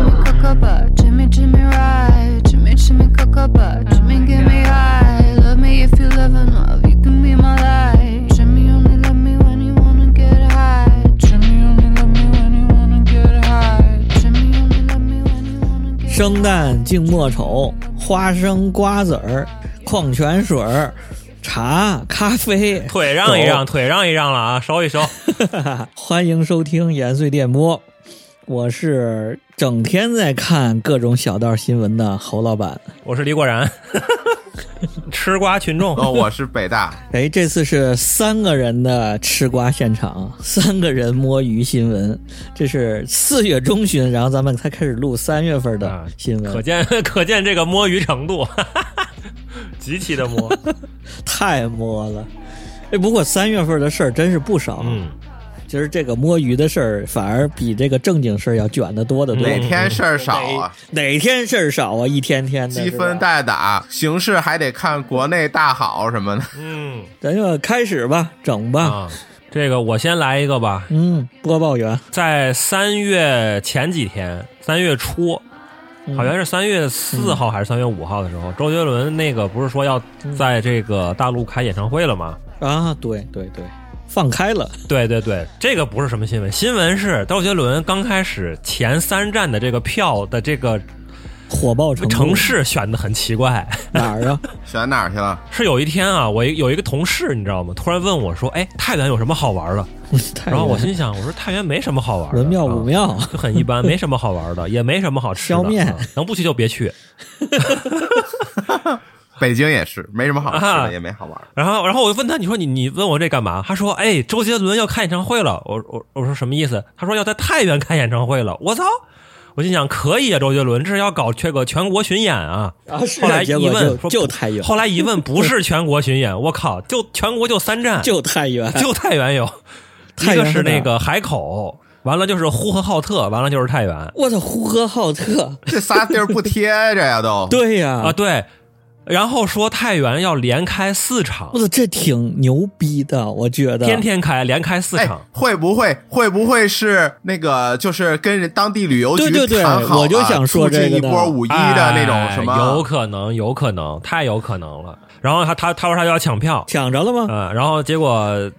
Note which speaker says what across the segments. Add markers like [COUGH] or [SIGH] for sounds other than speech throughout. Speaker 1: Cocoa, Jimmy, Jimmy, right. Jimmy, Jimmy, Cocoa, Jimmy, give me high. Love me if you love and love, you can be my light. Jimmy, only love me when you wanna get high. Jimmy, only love me when you wanna get high. Jimmy, only love me when you wanna get high.
Speaker 2: 生旦净末丑，花生、瓜子儿、矿泉水儿、茶、咖啡。
Speaker 3: 腿让一让，腿让一让了啊，收一收。
Speaker 2: [LAUGHS] 欢迎收听延绥电波，我是整天在看各种小道新闻的侯老板。
Speaker 3: 我是李果然， [LAUGHS] 吃瓜群众。
Speaker 4: 哦，我是北大，
Speaker 2: 哎，这次是三个人的吃瓜现场，三个人摸鱼新闻。这是四月中旬，然后咱们才开始录三月份的
Speaker 3: 啊
Speaker 2: 新闻，
Speaker 3: 可见， [LAUGHS] 可见这个摸鱼程度， [LAUGHS] 极其的摸。
Speaker 2: 太摸了。哎，不过三月份的事儿真是不少。啊
Speaker 3: 嗯，
Speaker 2: 其实这个摸鱼的事儿反而比这个正经事儿要卷得多得多。
Speaker 3: 嗯
Speaker 4: 哪天事儿少啊？
Speaker 2: 哪天事儿少啊？一天天的
Speaker 4: 积
Speaker 2: 是
Speaker 4: 分
Speaker 2: 吧
Speaker 4: 待打，形势还得看国内大好什么的。
Speaker 3: 嗯
Speaker 2: 咱就开始吧，整吧。
Speaker 3: 啊，这个我先来一个吧。
Speaker 2: 嗯，播报员，
Speaker 3: 在三月前几天，三月初，
Speaker 2: 嗯
Speaker 3: 好像是三月四号还是三月五号的时候，周杰伦那个不是说要在这个大陆开演唱会了吗？
Speaker 2: 啊，对对对，放开了，
Speaker 3: 对对对，这个不是什么新闻，新闻是周杰伦刚开始前三站的这个票的这个
Speaker 2: 火爆程度
Speaker 3: 城市选的很奇怪。 [LAUGHS]
Speaker 2: 哪儿啊？
Speaker 4: 选哪儿去了？
Speaker 3: 是有一天啊，我有一个同事，你知道吗？突然问我说：“哎，太原有什么好玩的？”
Speaker 2: 太
Speaker 3: 然后我
Speaker 2: 原
Speaker 3: 心想，我说太原没什么好
Speaker 2: [LAUGHS]
Speaker 3: 玩的，
Speaker 2: 文庙武庙
Speaker 3: 啊 [LAUGHS] 就很一般，没什么好玩的，也没什么好吃的。
Speaker 2: [LAUGHS] 削面
Speaker 3: 啊能不去就别去。
Speaker 4: 北京也是，没什么好吃
Speaker 3: 啊
Speaker 4: 的，也没好玩的。
Speaker 3: 然后，然后我就问他，你说你你问我这干嘛？他说，哎，周杰伦要开演唱会了。我我我说什么意思？他说要在太原开演唱会了。我操！我心想，可以啊，周杰伦这是要搞这个全国巡演啊。
Speaker 2: 啊，是
Speaker 3: 后来一
Speaker 2: 结果就
Speaker 3: 问说
Speaker 2: 就太原，
Speaker 3: 后来一问，不是全国
Speaker 2: [LAUGHS]
Speaker 3: 巡演，我靠，就全国就三站，
Speaker 2: 就太原，
Speaker 3: 就太原有，
Speaker 2: 太
Speaker 3: 一
Speaker 2: 原
Speaker 3: 个是
Speaker 2: 在哪儿
Speaker 3: 那个海口，完了就是呼和浩特，完了就是太原
Speaker 2: 我操，呼和浩特，
Speaker 4: 这仨地儿不贴着呀，都哎
Speaker 2: 对呀、
Speaker 3: 啊，对。然后说太原要连开四场
Speaker 2: 我，操，这挺牛逼的，我觉得
Speaker 3: 天天开，连开四
Speaker 4: 哎
Speaker 3: 场。，
Speaker 4: 会不会会不会是那个就是跟人当地旅游局
Speaker 2: 对对对
Speaker 4: 谈好了啊
Speaker 2: 我就想说这个
Speaker 4: 促进一波
Speaker 2: 呢
Speaker 4: 五一的那种
Speaker 3: 哎
Speaker 4: 什么？
Speaker 3: 有可能，有可能，太有可能了。然后他他他说他要抢票，
Speaker 2: 抢着了吗？
Speaker 3: 嗯，然后结果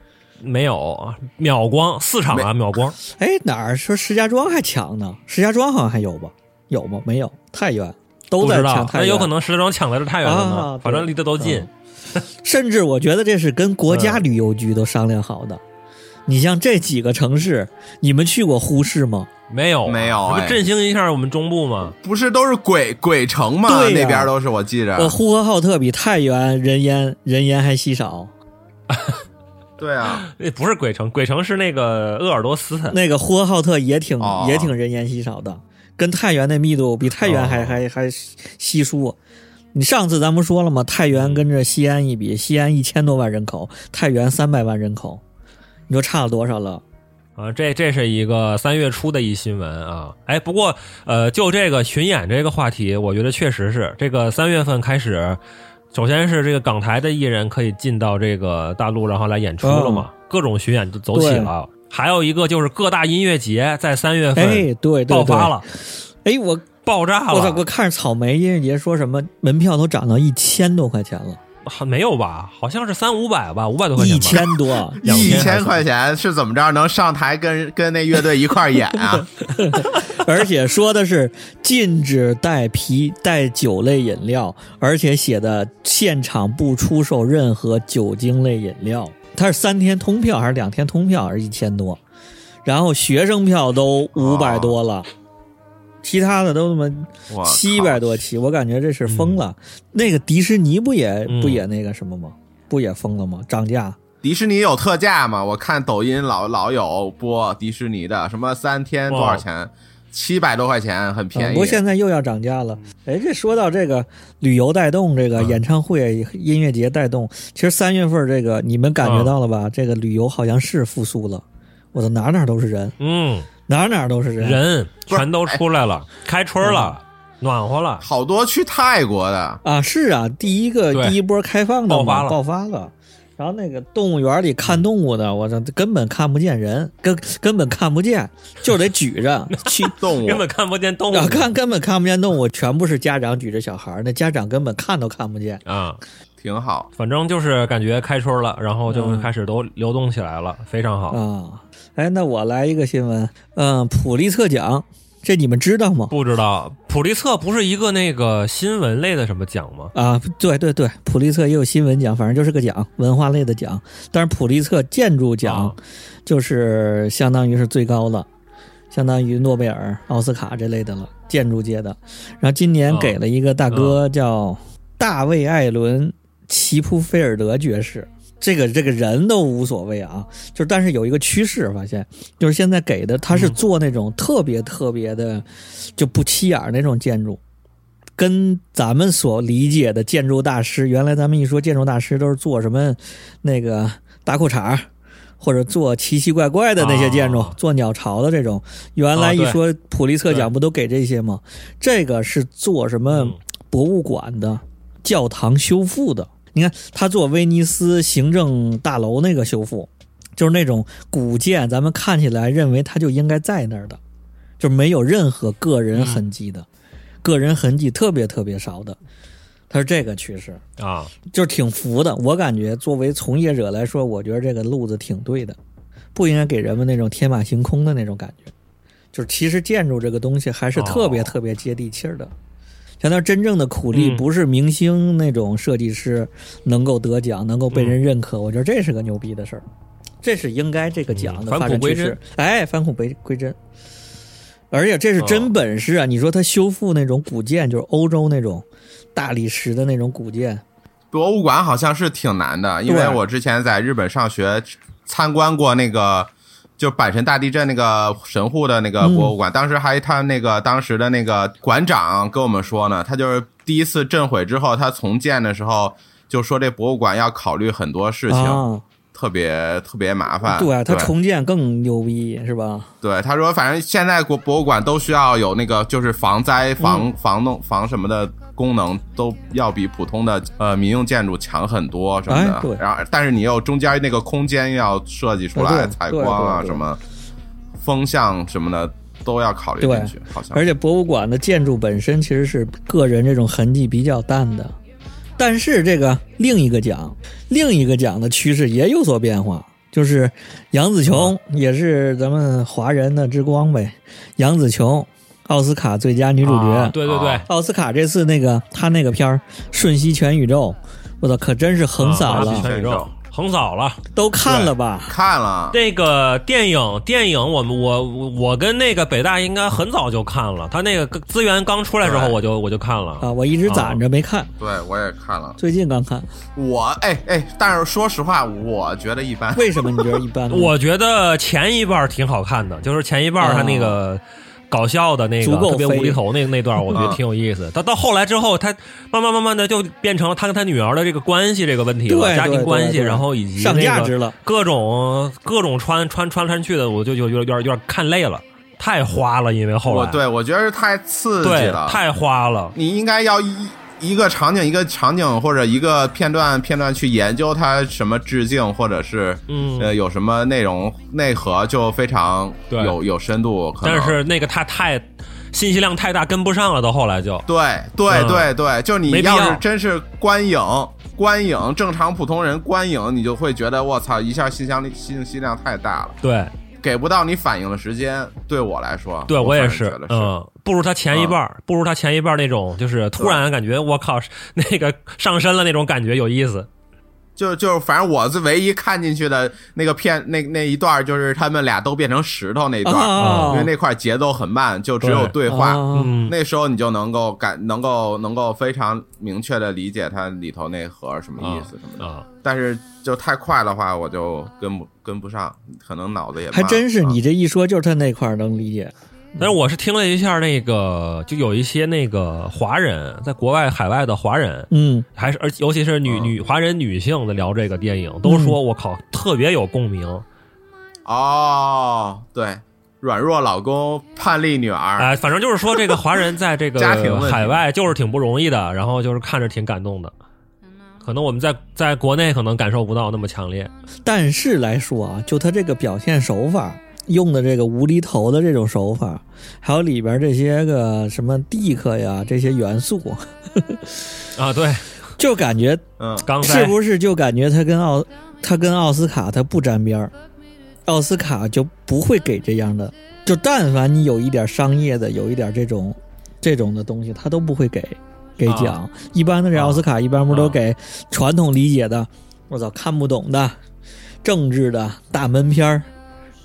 Speaker 3: 没有，秒光四场啊，秒光。
Speaker 2: 哎，哪儿说石家庄还抢呢？石家庄好像还有吧？有吗？没有，太原都
Speaker 3: 不
Speaker 2: 在
Speaker 3: 知道
Speaker 2: 抢，太
Speaker 3: 那
Speaker 2: 原，
Speaker 3: 有可能石家庄抢的是太原了呢
Speaker 2: 啊，
Speaker 3: 反正离得都近。
Speaker 2: 甚至我觉得这是跟国
Speaker 3: 嗯
Speaker 2: 家旅游局都商量好的。你像这几个城市，你们去过呼市吗？
Speaker 3: 没有啊，
Speaker 4: 没有
Speaker 3: 这不
Speaker 4: 哎
Speaker 3: 振兴一下我们中部吗？
Speaker 4: 不是都是鬼鬼城吗？
Speaker 2: 对呀
Speaker 4: 那边都是，我记着。
Speaker 2: 呃，呼和浩特比太原人烟人烟还稀少。
Speaker 4: 对啊，
Speaker 3: 那不是鬼城，鬼城是那个鄂尔多斯。 [LAUGHS]
Speaker 2: 那个呼和浩特也挺、
Speaker 4: 哦
Speaker 2: 也挺人烟稀少的，跟太原那密度比太原还、
Speaker 3: 哦
Speaker 2: 还还稀疏。你上次咱们说了吗？太原跟着西安一比，
Speaker 3: 嗯
Speaker 2: 西安一千多万人口，太原三百万人口，你说差了多少
Speaker 3: [LAUGHS]
Speaker 2: 了？
Speaker 3: 啊，这这是一个三月初的一新闻啊。哎，不过呃，就这个巡演这个话题，我觉得确实是这个三月份开始，首先是这个港台的艺人可以进到这个大陆，然后来演出了嘛，
Speaker 2: 嗯
Speaker 3: 各种巡演就走起了。还有一个就是各大音乐节在三月份
Speaker 2: 哎，对对对，
Speaker 3: 爆发了，
Speaker 2: 哎，我
Speaker 3: 爆炸
Speaker 2: 我操！
Speaker 3: 了
Speaker 2: 我看着草莓音乐节说什么门票都涨到一千多块钱了，
Speaker 3: 还没有吧？好像是三五百吧，五百多块钱
Speaker 2: 一
Speaker 3: 吧。
Speaker 2: 千多，
Speaker 3: [LAUGHS] 两
Speaker 4: 一
Speaker 3: 天还
Speaker 4: 千块钱是怎么着能上台跟跟那乐队一块儿演
Speaker 2: [LAUGHS]
Speaker 4: 啊？
Speaker 2: 而且说的是禁止带啤、带酒类饮料，而且写的现场不出售任何酒精类饮料。它是三天通票还是两天通票？还是一千多？然后学生票都五百多了，其他的都他妈
Speaker 4: 我靠
Speaker 2: 七百多起，我感觉这是疯了。那个迪士尼不也、
Speaker 3: 嗯
Speaker 2: 不也那个什么吗？不也疯了吗？涨价？
Speaker 4: 迪士尼有特价吗？我看抖音老老有播迪士尼的，什么三天多少钱？七百多块钱，很
Speaker 2: 啊
Speaker 4: 便
Speaker 2: 不过
Speaker 4: 宜。
Speaker 2: 现在又要涨价了。
Speaker 3: 嗯
Speaker 2: 哎，这说到这个旅游带动，这个演唱会、音乐节带动，其实三月份这个你们感觉到了吧？
Speaker 3: 嗯
Speaker 2: 这个旅游好像是复苏了。我的哪哪都是人，
Speaker 3: 嗯，
Speaker 2: 哪哪都是哎嗯人。
Speaker 3: 人
Speaker 4: 是
Speaker 3: 全都出来了，开春了，暖和了。
Speaker 4: 好多去泰国的，
Speaker 2: 啊，是啊，第一个
Speaker 3: 对
Speaker 2: 第一波开放的
Speaker 3: 爆发
Speaker 2: 嘛，
Speaker 3: 了
Speaker 2: 爆发了。然后那个动物园里看动物
Speaker 3: 嗯
Speaker 2: 呢，我操，根本看不见人，根根本看不见，就得举
Speaker 3: [LAUGHS]
Speaker 2: 着去。
Speaker 4: 动物
Speaker 3: 根本看不见动物
Speaker 2: 啊，看根本看不见动物，全部是家长举着小孩儿，那家长根本看都看不见。
Speaker 3: 啊。
Speaker 4: 挺好。
Speaker 3: 反正就是感觉开春了，然
Speaker 2: 嗯
Speaker 3: 后就开始都流动起来了，非常好。
Speaker 2: 啊，哎，那我来一个新闻，嗯，普利策奖，这你们知道吗？
Speaker 3: 不知道普利策不是一个那个新闻类的什么奖吗？
Speaker 2: 啊，对对对，普利策也有新闻奖，反正就是个奖，文化类的奖。但是普利策建筑奖
Speaker 3: 啊
Speaker 2: 就是相当于是最高了，相当于诺贝尔、奥斯卡这类的了，建筑界的。然后今年
Speaker 3: 啊
Speaker 2: 给了一个大哥叫大卫·艾伦·齐普菲尔德爵士。这个这个人都无所谓啊，就是但是有一个趋势，发现就是现在给的他是
Speaker 3: 嗯
Speaker 2: 做那种特别特别的就不起眼儿那种建筑，跟咱们所理解的建筑大师，原来咱们一说建筑大师都是做什么那个大裤衩儿，或者做奇奇怪怪的那些建筑，
Speaker 3: 啊
Speaker 2: 做鸟巢的这种。原来一
Speaker 3: 啊对
Speaker 2: 说普利策奖不都给这些吗？这个是做什么
Speaker 3: 嗯
Speaker 2: 博物馆的、教堂修复的。你看，他做威尼斯行政大楼那个修复，就是那种古建，咱们看起来认为它就应该在那儿的，就是没有任何个人痕迹的，个人痕迹特别特别少的。它是这个趋势，
Speaker 3: 啊，
Speaker 2: 就是挺服的。我感觉作为从业者来说，我觉得这个路子挺对的，不应该给人们那种天马行空的那种感觉。就是其实建筑这个东西还是特别
Speaker 3: 哦
Speaker 2: 特别接地气儿的。相当于真正的苦力，
Speaker 3: 嗯
Speaker 2: 不是明星那种设计师能够得奖、能够被人认
Speaker 3: 嗯
Speaker 2: 可，我觉得这是个牛逼的事儿，这是应该这个奖的
Speaker 3: 嗯
Speaker 2: 发展
Speaker 3: 返璞归
Speaker 2: 趋势。哎，返璞归归真，而且这是真本事啊！你说他修复那种古建，就是欧洲那种大理石的那种古建，
Speaker 4: 博物馆好像是挺难的，因为
Speaker 2: 对
Speaker 4: 我之前在日本上学，参观过那个就阪神大地震那个神户的那个博
Speaker 2: 嗯
Speaker 4: 物馆，当时还他那个当时的那个馆长跟我们说呢，他就是第一次震毁之后，他重建的时候就说这博物馆要考虑很多事情，
Speaker 2: 啊，
Speaker 4: 特别特别麻烦。
Speaker 2: 对，它
Speaker 4: 对
Speaker 2: 重建更牛逼，是吧？
Speaker 4: 对，他说，反正现在国博物馆都需要有那个，就是防灾、
Speaker 2: 嗯
Speaker 4: 防防弄、防什么的功能，都要比普通的呃民用建筑强很多什么的。
Speaker 2: 哎对
Speaker 4: 然后，但是你有中间那个空间要设计出
Speaker 2: 哎
Speaker 4: 来，
Speaker 2: 对
Speaker 4: 采光啊
Speaker 2: 对对对
Speaker 4: 什么风向什么的都要考虑进去，好像
Speaker 2: 而且博物馆的建筑本身其实是个人这种痕迹比较淡的，但是这个另一个奖，另一个奖的趋势也有所变化，就是杨紫琼也是咱们华人的之光呗，杨紫琼奥斯卡最佳女主角，
Speaker 3: 啊对对对
Speaker 4: 啊，
Speaker 2: 奥斯卡这次那个她那个片儿《瞬息全宇宙》，我操，可真是横扫
Speaker 3: 啊
Speaker 2: 了，
Speaker 3: 巴比全宇宙横扫了。
Speaker 2: 都看了吧？
Speaker 4: 看了。
Speaker 3: 那个电影，电影我们我我我跟那个北大应该很早就看了，他那个资源刚出来时候
Speaker 4: 对
Speaker 3: 我就我就看了
Speaker 2: 啊，我一直攒着没看，
Speaker 4: 对，我也看了。
Speaker 2: 最近刚看。
Speaker 4: 我哎哎，但是说实话，我觉得一
Speaker 2: [LAUGHS]
Speaker 4: 般。
Speaker 2: 为什么你觉得一般呢？
Speaker 3: 我觉得前一半儿挺好看的，就是前一半儿他那个搞笑的那个
Speaker 2: 哦足够
Speaker 3: 特别
Speaker 2: 飞
Speaker 3: 无厘头那那段儿，我觉得
Speaker 4: 嗯
Speaker 3: 挺有意思。他到后来之后，他慢慢慢慢的就变成了他跟他女儿的这个关系这个问题了，
Speaker 2: 对
Speaker 3: 家
Speaker 2: 对
Speaker 3: 庭关系，
Speaker 2: 对对
Speaker 3: 然后以及
Speaker 2: 上
Speaker 3: 那
Speaker 2: 价
Speaker 3: 个
Speaker 2: 值了
Speaker 3: 各种各种穿穿穿穿去的，我就就有点有点看累了，太花了，因为后
Speaker 4: 我
Speaker 3: 来
Speaker 4: 对我觉得是太刺激
Speaker 3: 对
Speaker 4: 了，
Speaker 3: 太花了。
Speaker 4: 你应该要一一个场景一个场景或者一个片段片段去研究它什么致敬或者是
Speaker 3: 嗯
Speaker 4: 呃有什么内容内核就非常
Speaker 3: 对
Speaker 4: 有有深度，可能
Speaker 3: 但是那个他太信息量太大，跟不上了，到后来就
Speaker 4: 对对
Speaker 3: 嗯
Speaker 4: 对对，就你
Speaker 3: 没必
Speaker 4: 要
Speaker 3: 要
Speaker 4: 是真是观影观影正常普通人观影，你就会觉得我操一下信息量信息量太大了，
Speaker 3: 对
Speaker 4: 给不到你反应的时间。对我来说，
Speaker 3: 对
Speaker 4: 我
Speaker 3: 我也
Speaker 4: 反而
Speaker 3: 是
Speaker 4: 觉得，
Speaker 3: 嗯，不如他前一半儿，不如他前一半儿那种，就是突然感觉我靠，那个上身了那种感觉有意思。
Speaker 4: 就就是，反正我是唯一看进去的那个片，那那一段儿就是他们俩都变成石头那一段儿，
Speaker 2: 啊
Speaker 4: 因为那块儿节奏很慢，就只有对话。
Speaker 2: 啊
Speaker 3: 哦嗯，
Speaker 4: 那时候你就能够感，能够能够非常明确的理解它里头那盒什么意思什么的。
Speaker 3: 啊，
Speaker 4: 但是就太快的话，我就跟不跟不上，可能脑子也慢
Speaker 2: 还真是
Speaker 4: 啊
Speaker 2: 你这一说，就是他那块儿能理解
Speaker 3: 但是我是听了一下那个，就有一些那个华人在国外海外的华人。
Speaker 2: 嗯，
Speaker 3: 还是，而尤其是女
Speaker 4: 嗯
Speaker 3: 女华人女性的聊这个电影，
Speaker 2: 嗯
Speaker 3: 都说我靠特别有共鸣，
Speaker 4: 哦，对，软弱老公叛逆女儿，
Speaker 3: 哎，反正就是说这个华人在这个
Speaker 4: 啊家庭问题嗯
Speaker 3: 海外就是挺不容易的，然后就是看着挺感动的，可能我们在在国内可能感受不到那么强烈。
Speaker 2: 但是来说啊，就他这个表现手法用的这个无厘头的这种手法，还有里边这些个什么 dick 呀这些元素，
Speaker 3: 啊，对，
Speaker 2: 就感觉
Speaker 4: 嗯，
Speaker 3: 刚才
Speaker 2: 是不是就感觉他跟奥他跟奥斯卡他不沾边儿，奥斯卡就不会给这样的，就但凡你有一点商业的，有一点这种这种的东西，他都不会给给奖。
Speaker 3: 啊
Speaker 2: 一般的这奥斯卡、一般不都
Speaker 3: 啊
Speaker 2: 给传统理解的，我操看不懂的，政治的大闷片儿。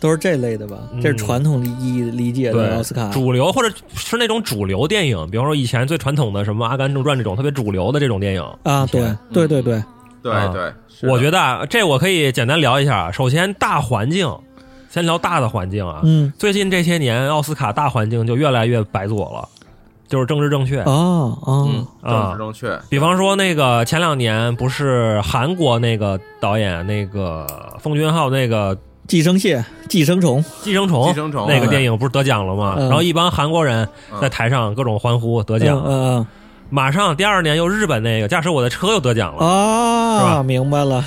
Speaker 2: 都是这类的吧，
Speaker 3: 嗯
Speaker 2: 这是传统理理理解的
Speaker 3: 对
Speaker 2: 奥斯卡。
Speaker 3: 主流，或者是那种主流电影，比方说以前最传统的什么《阿甘正传》这种特别主流的这种电影
Speaker 2: 啊，对
Speaker 3: 嗯
Speaker 2: 对对对，
Speaker 4: 对
Speaker 3: 啊
Speaker 4: 对，是的
Speaker 3: 我觉得啊，这我可以简单聊一下。首先，大环境，先聊大的环境啊。
Speaker 2: 嗯，
Speaker 3: 最近这些年，奥斯卡大环境就越来越白左了，就是政治正确。
Speaker 2: 哦哦，
Speaker 4: 嗯，
Speaker 3: 啊
Speaker 4: 政治正确，
Speaker 3: 比方说，那个前两年不是韩国那个导演那个奉俊昊那个《
Speaker 2: 寄生蟹、寄生虫，
Speaker 3: 寄生虫》
Speaker 4: 寄生虫
Speaker 3: 那个电影不是得奖了吗？
Speaker 2: 嗯
Speaker 3: 然后一帮韩国人在台上各种欢呼得奖，
Speaker 2: 嗯嗯
Speaker 3: 马上第二年又日本那个《驾驶我的车》又得奖
Speaker 2: 嗯
Speaker 3: 了，是
Speaker 2: 啊，
Speaker 3: 吧
Speaker 2: 明白了。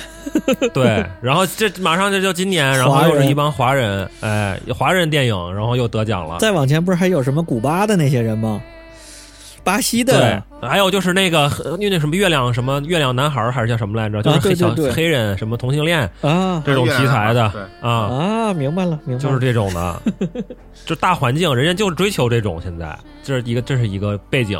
Speaker 3: 对，然后这马上这就今
Speaker 2: [LAUGHS]
Speaker 3: 年，然后又是一帮华人，哎，华人电影，然后又得奖了。
Speaker 2: 再往前不是还有什么古巴的那些人吗？巴西
Speaker 3: 对
Speaker 2: 的，
Speaker 3: 还有就是那个 [LAUGHS] 呃那那什么月亮什么月亮男孩儿还是叫什么来着？就
Speaker 2: 啊
Speaker 3: 是
Speaker 2: 对
Speaker 3: 黑小
Speaker 2: 对对
Speaker 3: 黑人什么同性恋
Speaker 2: 啊
Speaker 3: 这种题材的啊，
Speaker 2: 啊，明白了，明白了，
Speaker 3: 就是这种的，就大环境，人家就是追求这种。现在这是一个这是一个背景。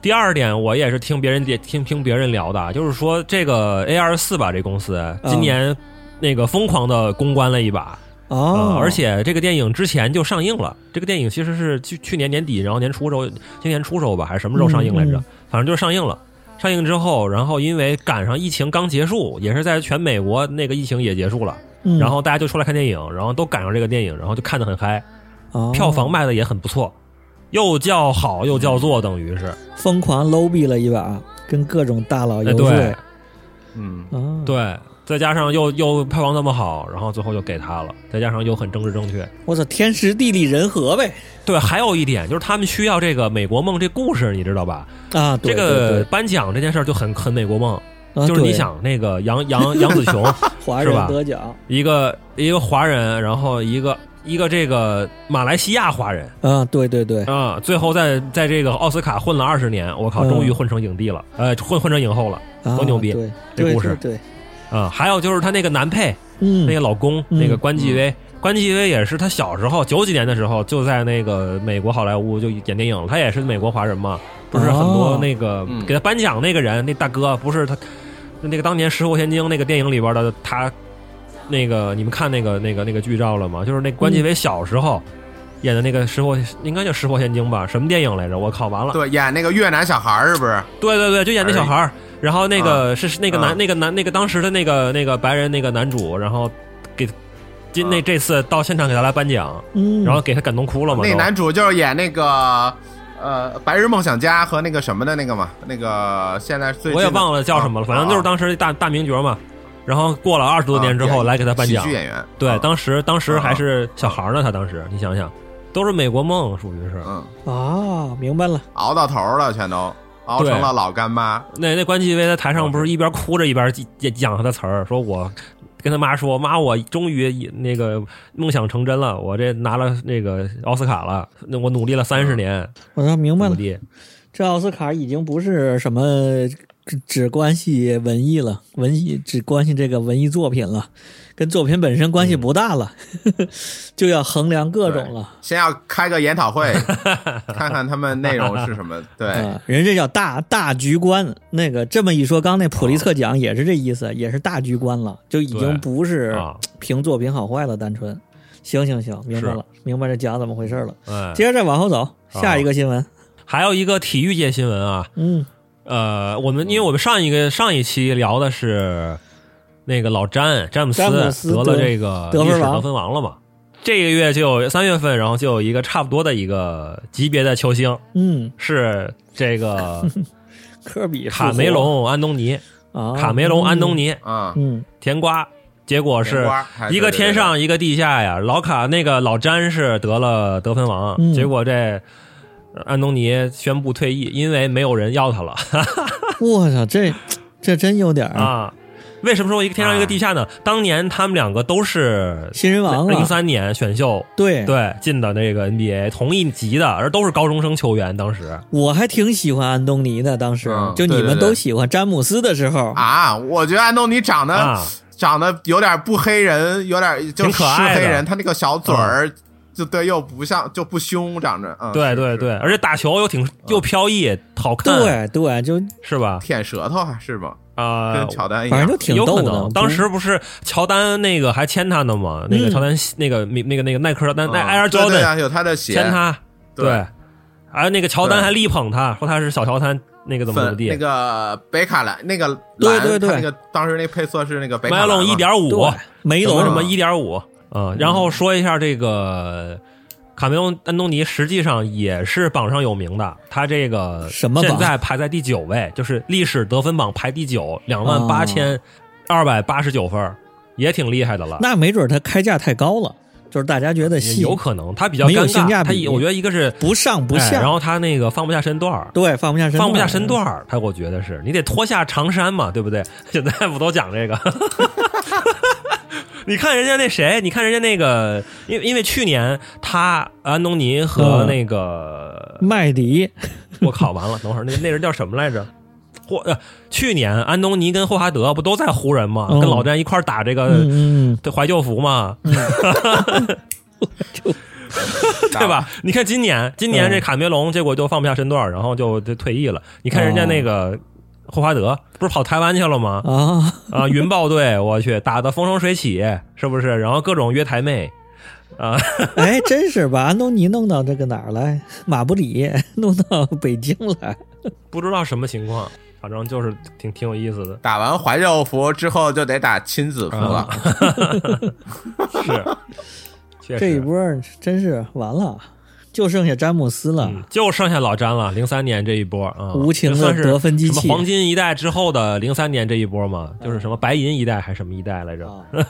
Speaker 3: 第二点，我也是听别人也听听别人聊的，就是说这个 A 二四吧，这公司
Speaker 2: 嗯
Speaker 3: 今年那个疯狂的公关了一把，
Speaker 2: 哦
Speaker 3: 啊，，而且这个电影之前就上映了。这个电影其实是去去年年底，然后年初时候，今年初时候吧，还是什么时候上映来
Speaker 2: 嗯
Speaker 3: 着？
Speaker 2: 嗯
Speaker 3: 反正就是上映了。上映之后，然后因为赶上疫情刚结束，也是在全美国那个疫情也结束了，
Speaker 2: 嗯
Speaker 3: 然后大家就出来看电影，然后都赶上这个电影，然后就看得很嗨，
Speaker 2: 哦
Speaker 3: 票房卖的也很不错，又叫好又叫座，等于是
Speaker 2: 疯狂 low 逼了一把，跟各种大佬
Speaker 3: 哎
Speaker 2: 游说，
Speaker 3: 对
Speaker 4: 嗯，
Speaker 2: 啊，，
Speaker 3: 对，再加上又又票房那么好，然后最后就给他了，再加上又很政治正确，
Speaker 2: 我操，天时地利人和呗，
Speaker 3: 对，还有一点就是他们需要这个美国梦这故事，你知道吧？
Speaker 2: 啊，对啊
Speaker 3: 这个颁奖这件事儿就很很美国梦，就是你，想那个杨杨杨紫琼，
Speaker 2: 对对华
Speaker 3: 是
Speaker 2: 人
Speaker 3: 吧
Speaker 2: 得奖，
Speaker 3: 一个一个华人，然后一个一个这个马来西亚华人
Speaker 2: 啊，对对对，
Speaker 3: [LAUGHS] 啊、最后在在这个奥斯卡混了二十年，我靠，
Speaker 2: 嗯
Speaker 3: 终于混成影帝了，呃，混混成影后了
Speaker 2: 啊
Speaker 3: 多牛逼
Speaker 2: 对，
Speaker 3: 这
Speaker 2: 对
Speaker 3: 故事
Speaker 2: 对对，
Speaker 3: 啊、还有就是他那个男配，
Speaker 2: 嗯
Speaker 3: 那个老公，
Speaker 2: 嗯
Speaker 3: 那个关继威，关继威也是他小时候九几年的时候就在那个美国好莱坞就演电影了，他也是美国华人嘛，不是很
Speaker 2: 哦
Speaker 3: 多那个
Speaker 4: 嗯
Speaker 3: 给他颁奖那个人，那大哥不是他，那个当年《石破天惊》那个电影里边的他，那个你们看那个那个那个剧照了吗？就是那关
Speaker 2: 嗯
Speaker 3: 继威小时候演的那个《石破》，应该叫《石破天惊》吧？什么电影来着？我靠，完了！
Speaker 4: 对，演那个越南小孩儿是不是？
Speaker 3: 对对对，就演那小孩儿，然后那个、是是那个男、
Speaker 4: 啊
Speaker 3: 那个男那个当时的那个那个白人那个男主，然后给今那
Speaker 4: 啊
Speaker 3: 这次到现场给他来颁奖，
Speaker 2: 嗯，
Speaker 3: 然后给他感动哭了嘛。
Speaker 4: 那
Speaker 3: 都
Speaker 4: 男主就是演那个呃《白日梦想家》和那个什么的那个嘛，那个现在最近的
Speaker 3: 我也忘了叫什么了，
Speaker 4: 啊
Speaker 3: 反正就是当时大大名角嘛。然后过了二十多年之后、
Speaker 4: 啊
Speaker 3: 来给他颁奖
Speaker 4: 喜剧，演员，
Speaker 3: 对，
Speaker 4: 啊
Speaker 3: 当时当时还是小孩儿呢，他当时你想想，都是美国梦，属于是。
Speaker 4: 嗯
Speaker 2: 啊，明白了，
Speaker 4: 熬到头了，全都熬成了老干妈。
Speaker 3: 那那关继威在台
Speaker 2: 嗯
Speaker 3: 上不是一边哭着一边讲讲他的词儿，说我跟他妈说，妈，我终于那个梦想成真了，我这拿了那个奥斯卡了，那我努力了三十年，
Speaker 2: 我说嗯明
Speaker 3: 怎
Speaker 2: 白了。
Speaker 3: 么地？
Speaker 2: 这奥斯卡已经不是什么只只关系文艺了，文艺只关系这个文艺作品了，跟作品本身关
Speaker 3: 嗯
Speaker 2: 系不大了， [LAUGHS] 就要衡量各种了。
Speaker 4: 先要开个研
Speaker 3: [LAUGHS]
Speaker 4: 讨会，看看他们内容是什么。对，
Speaker 2: 啊，人这叫大大局观。那个这么一说，刚那普利策奖也是这意思，也是大局观了，就已经
Speaker 3: 对
Speaker 2: 不是
Speaker 3: 啊，
Speaker 2: 凭作品好坏了，单纯。行行行，明白了，明白这奖怎么回事了。
Speaker 3: 哎，
Speaker 2: 接着再往后走，下一个新闻，
Speaker 3: 还有一个体育界新闻啊，
Speaker 2: 嗯
Speaker 3: 呃，我们因为我们上一个上一期聊的是那个老詹詹姆斯
Speaker 2: 詹姆斯
Speaker 3: 得
Speaker 2: 得
Speaker 3: 了这个
Speaker 2: 得
Speaker 3: 历
Speaker 2: 分
Speaker 3: 史
Speaker 2: 王
Speaker 3: 得分王了嘛，这个月就有三月份，然后就有一个差不多的一个级别的球星
Speaker 2: 嗯，
Speaker 3: 是这个
Speaker 2: 科比复活
Speaker 3: 卡梅隆安东尼。
Speaker 2: 啊，
Speaker 3: 卡梅隆、安东
Speaker 2: 尼，
Speaker 3: 尼、
Speaker 4: 啊，
Speaker 2: 嗯
Speaker 3: 甜瓜，结果
Speaker 4: 甜
Speaker 3: 是
Speaker 4: 瓜哎还
Speaker 3: 一个天上一个地下呀。老卡那个老詹是得了得分王，
Speaker 2: 嗯
Speaker 3: 结果这呃安东尼宣布退役，因为没有人要他了。
Speaker 2: 我操，这这真有点儿
Speaker 3: 啊。为什么说一个天上一个地下呢？当年他们两个都是
Speaker 2: 啊新人王
Speaker 3: 零
Speaker 2: 了。
Speaker 3: 三年选秀，
Speaker 2: 对，
Speaker 3: 对进的那个 NBA 同一级的，而都是高中生球员。当时
Speaker 4: 啊
Speaker 2: 我还挺喜欢安东尼的，当时、
Speaker 4: 嗯
Speaker 2: 就你
Speaker 4: 对对
Speaker 2: 们
Speaker 4: 对
Speaker 2: 都喜欢詹姆斯的时候，
Speaker 4: 啊，我觉得安东尼长得、
Speaker 3: 啊，
Speaker 4: 长得有点不黑人，有点就
Speaker 3: 挺
Speaker 4: 是
Speaker 3: 可爱的嗯
Speaker 4: 黑人，他那个小嘴儿、就对，又不像就不凶，长着，嗯，
Speaker 3: 对
Speaker 4: 是
Speaker 3: 对，
Speaker 4: 是
Speaker 3: 对，而且打球又挺又飘逸，好看，
Speaker 2: 对对，就
Speaker 3: 是吧？
Speaker 4: 舔舌头还是吧，
Speaker 3: 啊
Speaker 4: 跟，乔丹一
Speaker 2: 反
Speaker 4: 样
Speaker 2: 正就，挺
Speaker 3: 有
Speaker 2: 逗
Speaker 3: 可
Speaker 2: 的
Speaker 3: 能。。当时不是乔丹那个还签他呢吗？那个
Speaker 2: 嗯
Speaker 3: 乔丹那个那个那个耐克乔丹
Speaker 4: 嗯
Speaker 3: 耐埃尔乔
Speaker 4: 对对
Speaker 3: 丹
Speaker 4: 啊，有他的鞋，
Speaker 3: 签他，
Speaker 4: 对
Speaker 3: 对，还有那个乔丹
Speaker 4: 对
Speaker 3: 还力捧他，说他是小乔丹，那个怎么怎么
Speaker 4: 粉
Speaker 3: 地
Speaker 4: 那。个北卡蓝那个蓝，
Speaker 2: 对对对
Speaker 4: 他那个当时那配色是那个北卡
Speaker 3: 麦
Speaker 4: 蓝
Speaker 3: 龙一
Speaker 4: 嘛
Speaker 3: 点
Speaker 2: 对
Speaker 3: 五，
Speaker 2: 梅
Speaker 3: 什
Speaker 2: 龙
Speaker 3: 么什
Speaker 4: 啊嗯
Speaker 3: 么一点五啊。然后说一下这个卡梅隆·安东尼，实际上也是榜上有名的，他这个
Speaker 2: 什么榜
Speaker 3: 现在排在第九位，就是历史得分榜排第九，两万八
Speaker 2: 哦
Speaker 3: 千二百八十九分儿，也挺厉害的了。
Speaker 2: 那没准他开价太高了，就是大家觉得
Speaker 3: 也
Speaker 2: 戏
Speaker 3: 有可能他比较
Speaker 2: 没有
Speaker 3: 尴
Speaker 2: 性
Speaker 3: 尬，
Speaker 2: 价
Speaker 3: 他
Speaker 2: 比
Speaker 3: 我觉得一个是
Speaker 2: 不上不
Speaker 3: 哎
Speaker 2: 下，
Speaker 3: 然后他那个放不下身段儿。
Speaker 2: 对放不下身段，
Speaker 3: 放不下身段儿，他我觉得是你得脱下长衫嘛，对不对？现在不都讲这个？ [LAUGHS] 你看人家那谁，你看人家那个，因为因为去年他安东尼和
Speaker 2: 嗯
Speaker 3: 那个，
Speaker 2: 麦迪
Speaker 3: 我靠，完了，等会儿那那人叫什么来着？霍呃，去年安东尼跟霍华德不都在湖人嘛，
Speaker 2: 嗯
Speaker 3: 跟老詹一块儿打这个
Speaker 2: 嗯嗯
Speaker 3: 对怀旧服嘛，对吧？你看今年，今年这
Speaker 2: 嗯
Speaker 3: 卡梅隆结果就放不下身段儿，然后就就退役了。你看人家那
Speaker 2: 哦
Speaker 3: 个霍华德，不是跑台湾去了吗？
Speaker 2: 啊， [LAUGHS]
Speaker 3: 啊，云豹队，我去，打得风生水起，是不是？然后各种约台妹，啊，
Speaker 2: 哎，真是把安东尼弄到这个哪儿来，马布里弄到北京来，
Speaker 3: 不知道什么情况，反正就是挺挺有意思的。
Speaker 4: 打完怀旧服之后就得打亲子服了，
Speaker 3: 是， [LAUGHS] 确实
Speaker 2: 这一波真是完了，就剩下詹姆斯了。
Speaker 3: 嗯，就剩下老詹了。零三年这一波啊，嗯
Speaker 2: 无情的
Speaker 3: 这算是
Speaker 2: 得分机器
Speaker 3: 什么黄金一代之后的零三年这一波嘛，就是什么白银一代还是什么一代来着？
Speaker 2: 啊，
Speaker 3: [LAUGHS]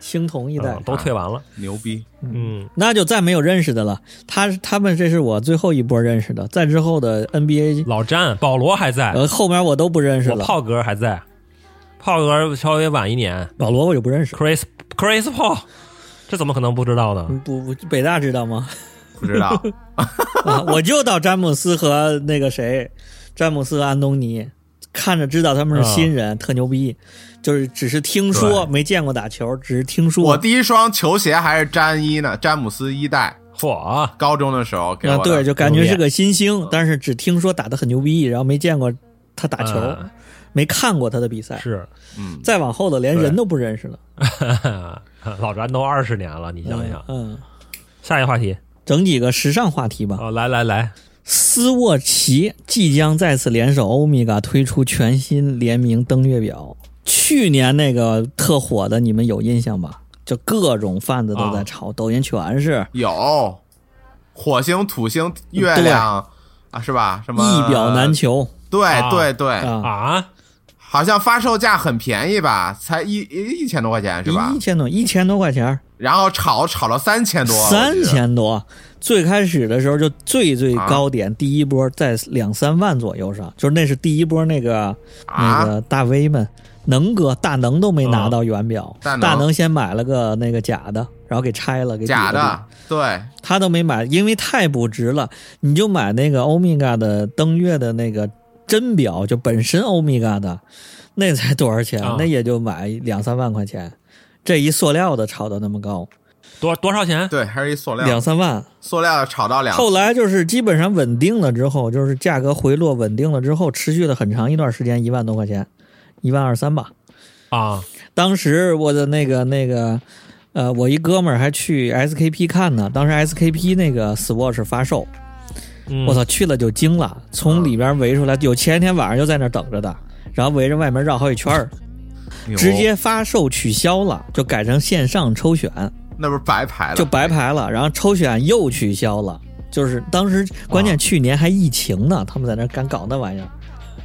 Speaker 2: 青铜一代啊
Speaker 3: 嗯，都退完了。
Speaker 4: 牛逼！
Speaker 3: 嗯，
Speaker 2: 那就再没有认识的了。他他们这是我最后一波认识的，再之后的 NBA，
Speaker 3: 老詹、保罗还在，
Speaker 2: 呃，后面我都不认识
Speaker 3: 哎我
Speaker 2: 了。
Speaker 3: 炮哥还在，炮哥稍微晚一年
Speaker 2: 保罗我就不认识了，
Speaker 3: ，Chris Chris Paul，这怎么可能不知道呢？
Speaker 2: 嗯不不，北大知道吗？ [LAUGHS]
Speaker 4: 不知道
Speaker 2: 啊，我就到詹姆斯和那个谁，詹姆斯安东尼，看着知道他们是新
Speaker 3: 嗯
Speaker 2: 人，特牛逼，就是只是听说，没见过打球，只是听说。
Speaker 4: 我第一双球鞋还是詹一呢，詹姆斯一代，
Speaker 3: 嚯，
Speaker 4: 高中的时候给我
Speaker 2: 啊，
Speaker 4: 的，
Speaker 2: 对，就感觉是个新
Speaker 3: 嗯
Speaker 2: 星，但是只听说打得很牛逼，然后没见过他打球，哎
Speaker 3: 嗯
Speaker 2: 没看过他的比赛。
Speaker 3: 是 [LAUGHS]
Speaker 4: 嗯，
Speaker 2: 再往后的连
Speaker 3: 对
Speaker 2: 人都不认识了。
Speaker 3: 老詹都二十年了，你想想。
Speaker 2: 嗯，嗯，嗯
Speaker 3: 下一个话题
Speaker 2: 整几个时尚话题吧。
Speaker 3: 哦，来来来，
Speaker 2: 斯沃琪即将再次联手欧米伽推出全新联名登月表。去年那个特火的，你们有印象吧？就各种贩子都在炒，抖音全是
Speaker 4: 有火星、土星、月亮啊，是吧？什么
Speaker 2: 一表难？求
Speaker 4: 对
Speaker 3: 啊
Speaker 4: 对对，
Speaker 2: 啊，
Speaker 3: 啊，
Speaker 4: 好像发售价很便宜吧，才一一一千多块钱是吧
Speaker 2: 一？千多，一千多块钱，
Speaker 4: 然后炒炒了三千多，
Speaker 2: 三千多。最开始的时候就最最
Speaker 4: 啊
Speaker 2: 高点，第一波在两三万左右上，就是那是第一波那个那
Speaker 4: 啊，
Speaker 2: 个大 V 们，能哥大能都没拿到原表，
Speaker 4: 哦大能
Speaker 2: 大能先买了个那个假的，然后给拆了，给抵了
Speaker 4: 假
Speaker 2: 抵
Speaker 4: 的，对，
Speaker 2: 他都没买，因为太不值了。你就买那个欧米伽的登月的那个真表，就本身欧米伽的，那才多少钱？
Speaker 3: 啊
Speaker 2: 那也就买两三万块钱。这一塑料的炒到那么高，
Speaker 3: 多多少钱？
Speaker 4: 对，还是一塑料
Speaker 2: 两三万。
Speaker 4: 塑料炒到两，
Speaker 2: 后来就是基本上稳定了之后，就是价格回落稳定了之后，持续了很长一段时间，一万多块钱，一万二三吧。
Speaker 3: 啊，
Speaker 2: 当时我的那个那个，呃，我一哥们儿还去 SKP 看呢。当时 SKP 那个 Swatch 发售，
Speaker 3: 嗯
Speaker 2: 我操，去了就惊了，从里边围出来，有前一天晚上就在那儿等着的，然后围着外面绕好几圈儿，
Speaker 4: 牛
Speaker 2: 直接发售取消了，就改成线上抽选，
Speaker 4: 那不是白排了，。
Speaker 2: 就白排了，然后抽选又取消了。就是当时关键去年还疫情呢，他们在那儿敢搞那玩意儿， [LAUGHS]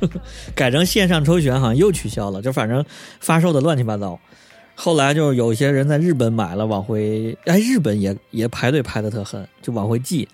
Speaker 2: 改成线上抽选好像又取消了，就反正发售的乱七八糟。后来就有些人在日本买了，往回哎，日本也也排队排的特狠，就往回寄，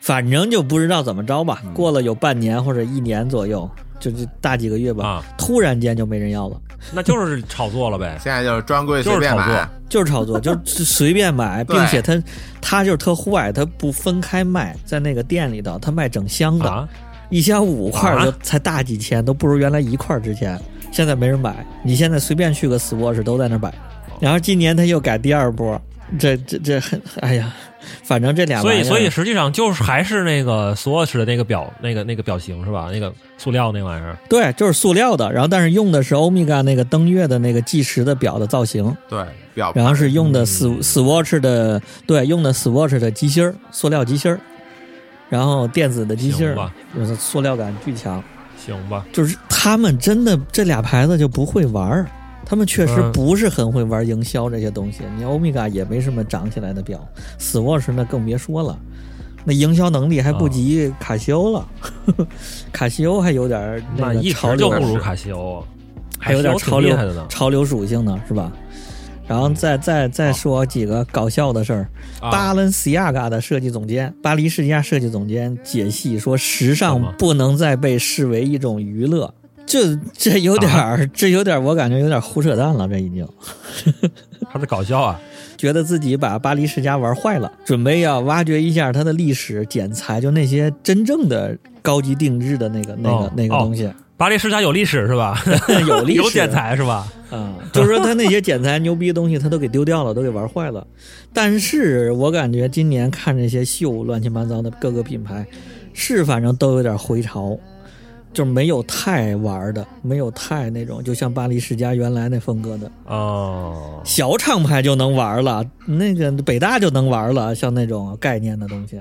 Speaker 2: 反正就不知道怎么着吧。过了有半年或者一年左右，就就大几个月吧，
Speaker 3: 啊，
Speaker 2: 突然间就没人要了，
Speaker 3: 那就是炒作了呗
Speaker 4: 现在就是专柜随便
Speaker 3: 就是炒
Speaker 4: 买
Speaker 3: 作，
Speaker 2: 就是炒作，就是随便买，并
Speaker 4: 对
Speaker 2: 且他他就是特户外，他不分开卖，在那个店里头他卖整箱的，
Speaker 3: 啊，
Speaker 2: 一箱五块
Speaker 3: 啊
Speaker 2: 儿就才大几千，都不如原来一块儿值钱。现在没人买，你现在随便去个 Swatch 都在那儿摆。
Speaker 3: 哦
Speaker 2: 然后今年他又改第二波，这这这，哎呀，反正这俩
Speaker 3: 所
Speaker 2: 玩意
Speaker 3: 以
Speaker 2: 儿
Speaker 3: 所以实际上就是还是那个 Swatch 的那个表那个那个表型是吧？那个塑料那玩意儿，
Speaker 2: 对，就是塑料的，然后但是用的是欧米伽那个登月的那个计时的表的造型，
Speaker 4: 对，表
Speaker 2: 然后是用的
Speaker 3: 嗯
Speaker 2: Sw- Swatch 的，对，用的 Swatch 的机芯儿，塑料机芯儿，然后电子的机芯
Speaker 3: 行
Speaker 2: 儿，
Speaker 3: 吧，
Speaker 2: 就是塑料感巨强。
Speaker 3: 行吧，
Speaker 2: 就是他们真的这俩牌子就不会玩儿，他们确实
Speaker 3: 嗯
Speaker 2: 不是很会玩营销这些东西。你欧米伽也没什么长起来的表，Swatch 那更别说了，那营销能力还
Speaker 3: 啊
Speaker 2: 不及卡西欧了。 [LAUGHS] 卡西欧还有点儿
Speaker 3: 那
Speaker 2: 个
Speaker 3: 一
Speaker 2: 潮
Speaker 3: 直就
Speaker 2: 流，
Speaker 3: 不如卡西欧，
Speaker 2: 还有点
Speaker 3: 卡西欧
Speaker 2: 潮流
Speaker 3: 挺厉害的呢。
Speaker 2: 潮流属性呢，是吧？然后再再再说几个搞笑的事儿。
Speaker 3: 哦啊
Speaker 2: 巴伦西亚嘎的设计总监，巴黎世家设计总监解析说，时
Speaker 3: 怎
Speaker 2: 尚
Speaker 3: 么
Speaker 2: 不能再被视为一种娱乐。这这有点
Speaker 3: 啊
Speaker 2: 儿，这有点儿，我感觉有点儿胡扯淡了，这已经
Speaker 3: 他在搞笑啊，
Speaker 2: 觉得自己把巴黎世家玩坏了，准备要挖掘一下它的历史剪裁，就那些真正的高级定制的那个那个、
Speaker 3: 哦
Speaker 2: 那个
Speaker 3: 哦 [LAUGHS]
Speaker 2: 东西，
Speaker 3: 巴黎世家有历史是吧？
Speaker 2: 有历史，
Speaker 3: [LAUGHS] 有剪裁是吧？
Speaker 2: 啊，就是说他那些剪裁牛逼的东西，他都给丢掉了，都给玩坏了。但是我感觉今年看这些秀乱七八糟的各个品牌，是反正都有点回潮，就没有太玩的，没有太那种，就像巴黎世家原来那风格的
Speaker 3: 哦，
Speaker 2: 小厂牌就能玩了，那个北大就能玩了，像那种概念的东西。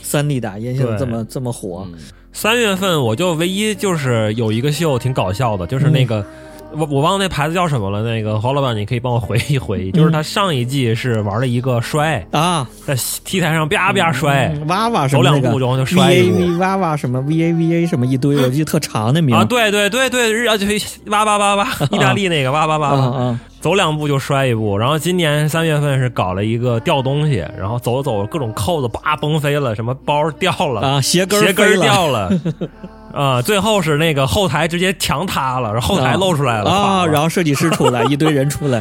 Speaker 2: 三 D 打印现在这么这么火，
Speaker 4: 嗯
Speaker 3: 三月份我就唯一就是有一个秀挺搞笑的，就是那
Speaker 2: 嗯
Speaker 3: 个、我我忘了那牌子叫什么了。那个黄老板，你可以帮我回忆回忆，就是
Speaker 2: 嗯
Speaker 3: 他上一季是玩了一个摔，
Speaker 2: 啊，
Speaker 3: 在踢台上叭叭摔。啊
Speaker 2: 嗯娃娃什
Speaker 3: 走
Speaker 2: 么那
Speaker 3: 嗯哎两
Speaker 2: 个
Speaker 3: 步就往就摔
Speaker 2: V
Speaker 3: 一
Speaker 2: A
Speaker 3: 步
Speaker 2: V 娃娃什么 V A V A 什么一堆，我记得特长那名
Speaker 3: 啊，对对对对，日啊，就是哇哇哇
Speaker 2: [LAUGHS]
Speaker 3: 哇，意大利那个哇哇哇
Speaker 2: 啊
Speaker 3: 哇，
Speaker 2: 啊
Speaker 3: 走两步就摔一步。然后今年三月份是搞了一个掉东西，然后走着走着各种扣子叭崩飞了，什么包掉了，
Speaker 2: 啊！鞋跟
Speaker 3: 鞋跟
Speaker 2: 飞
Speaker 3: 儿
Speaker 2: 了
Speaker 3: 掉了，
Speaker 2: [LAUGHS]
Speaker 3: 啊，最后是那个后台直接墙塌了，然后后台露出来了垮
Speaker 2: 啊，
Speaker 3: 了
Speaker 2: 然后设计师出来，一堆人出来，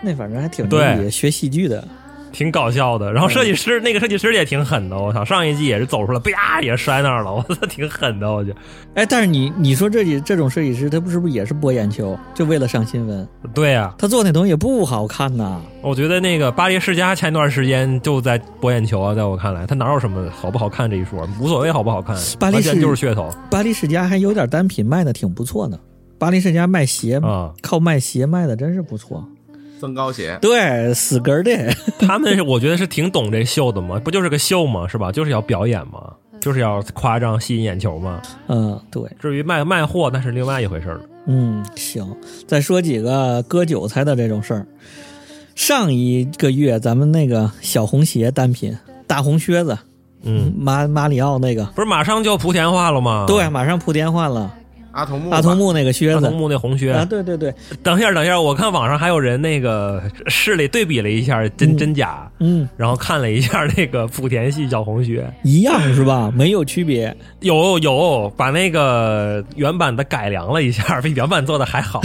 Speaker 2: 那反正还挺牛逼，
Speaker 3: 对
Speaker 2: 学戏剧的
Speaker 3: 挺搞笑的。
Speaker 2: 嗯
Speaker 3: 然后设计师那个设计师也挺狠的，我操，上一季也是走出来，啪也摔那儿了，我操，挺狠的，我觉得。
Speaker 2: 哎，但是你你说这里这种设计师，他不是不是也是博眼球，就为了上新闻？
Speaker 3: 对呀、
Speaker 2: 他做那东西也不好看呐。
Speaker 3: 我觉得那个巴黎世家前段时间就在博眼球啊，在我看来，他哪有什么好不好看这一说，无所谓好不好看，
Speaker 2: 巴黎
Speaker 3: 完
Speaker 2: 世
Speaker 3: 全就是噱头
Speaker 2: 巴黎世家还有点单品卖的挺不错呢，巴黎世家卖鞋，
Speaker 3: 啊。
Speaker 2: 靠卖鞋卖的真是不错。
Speaker 4: 增高鞋，
Speaker 2: 对，死根儿的， [LAUGHS]
Speaker 3: 他们是我觉得是挺懂这秀的嘛，不就是个秀嘛，是吧？就是要表演嘛，就是要夸张吸引眼球嘛。
Speaker 2: 嗯，对，
Speaker 3: 至于卖卖货，那是另外一回事儿了。
Speaker 2: 嗯，行，再说几个割韭菜的这种事儿。上一个月咱们那个小红鞋单品，大红靴子，
Speaker 3: 嗯，
Speaker 2: 马马里奥那个，
Speaker 3: 不是马上就莆田化了吗？
Speaker 2: 对，，马上莆田换了
Speaker 4: 阿童木吧，
Speaker 2: 大童木那个靴
Speaker 3: 大
Speaker 2: 子
Speaker 3: 红木那红靴。
Speaker 2: 啊，对对对，
Speaker 3: 等一下，等一下，我看网上还有人那个试了对比了一下真、
Speaker 2: 嗯
Speaker 3: 真假，
Speaker 2: 嗯，
Speaker 3: 然后看了一下那个莆田系小红靴，
Speaker 2: 一样是吧？没有区别，
Speaker 3: 有有把那个原版的改良了一下， [LAUGHS] 比原版做的还好。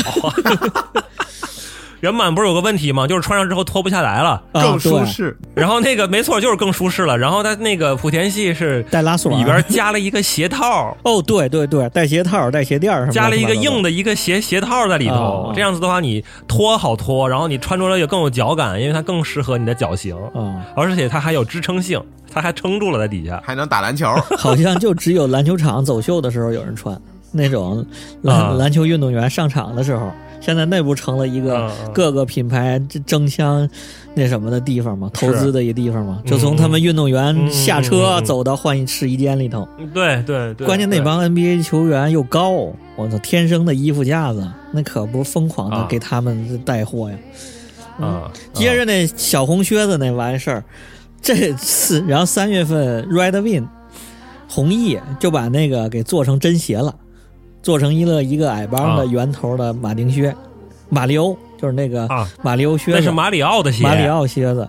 Speaker 3: 原版不是有个问题吗？就是穿上之后脱不下来了。
Speaker 2: 啊、
Speaker 4: 更舒
Speaker 2: 对，
Speaker 4: 适，
Speaker 3: 然后那个没错，就是更舒适了。然后它那个莆田系是
Speaker 2: 带拉锁儿啊
Speaker 3: 里边加了一个鞋套，
Speaker 2: 哦，对对对，带鞋套、带鞋垫儿什么的，
Speaker 3: 加了一个硬
Speaker 2: 的，
Speaker 3: 的一个鞋鞋套在里
Speaker 2: 哦
Speaker 3: 头
Speaker 2: 哦，
Speaker 3: 这样子的话你脱好脱，然后你穿出来也更有脚感，因为它更适合你的脚型，
Speaker 2: 啊、
Speaker 3: 而且它还有支撑性，它还撑住了在底下。
Speaker 4: 还能打篮
Speaker 2: [LAUGHS]
Speaker 4: 球，
Speaker 2: 好像就只有篮球场走秀的时候有人穿那种篮、
Speaker 3: 啊
Speaker 2: 篮球运动员上场的时候。现在那不成了一个
Speaker 3: 啊啊
Speaker 2: 各个品牌这争相那什么的地方吗？投资的一个地方吗？
Speaker 3: 嗯
Speaker 2: 就从他们运动员
Speaker 3: 嗯
Speaker 2: 下
Speaker 3: 嗯
Speaker 2: 车
Speaker 3: 嗯嗯
Speaker 2: 走到换衣试衣间里头，
Speaker 3: 对对对，
Speaker 2: 关键那帮 NBA 球员又高，我操，天生的衣服架子，那可不是疯狂的
Speaker 3: 啊
Speaker 2: 给他们带货呀。
Speaker 3: 对啊，
Speaker 2: 接着那小红靴子那完事儿，这次然后三月份 Red Win 红毅就把那个给做成真鞋了，做成一个一个矮帮的
Speaker 3: 啊
Speaker 2: 圆头的马丁靴，马里欧就是那个
Speaker 3: 啊，
Speaker 2: 马里欧靴
Speaker 3: 那
Speaker 2: 子
Speaker 3: 是。马里奥的鞋，
Speaker 2: 马里奥靴
Speaker 3: [LAUGHS]
Speaker 2: 子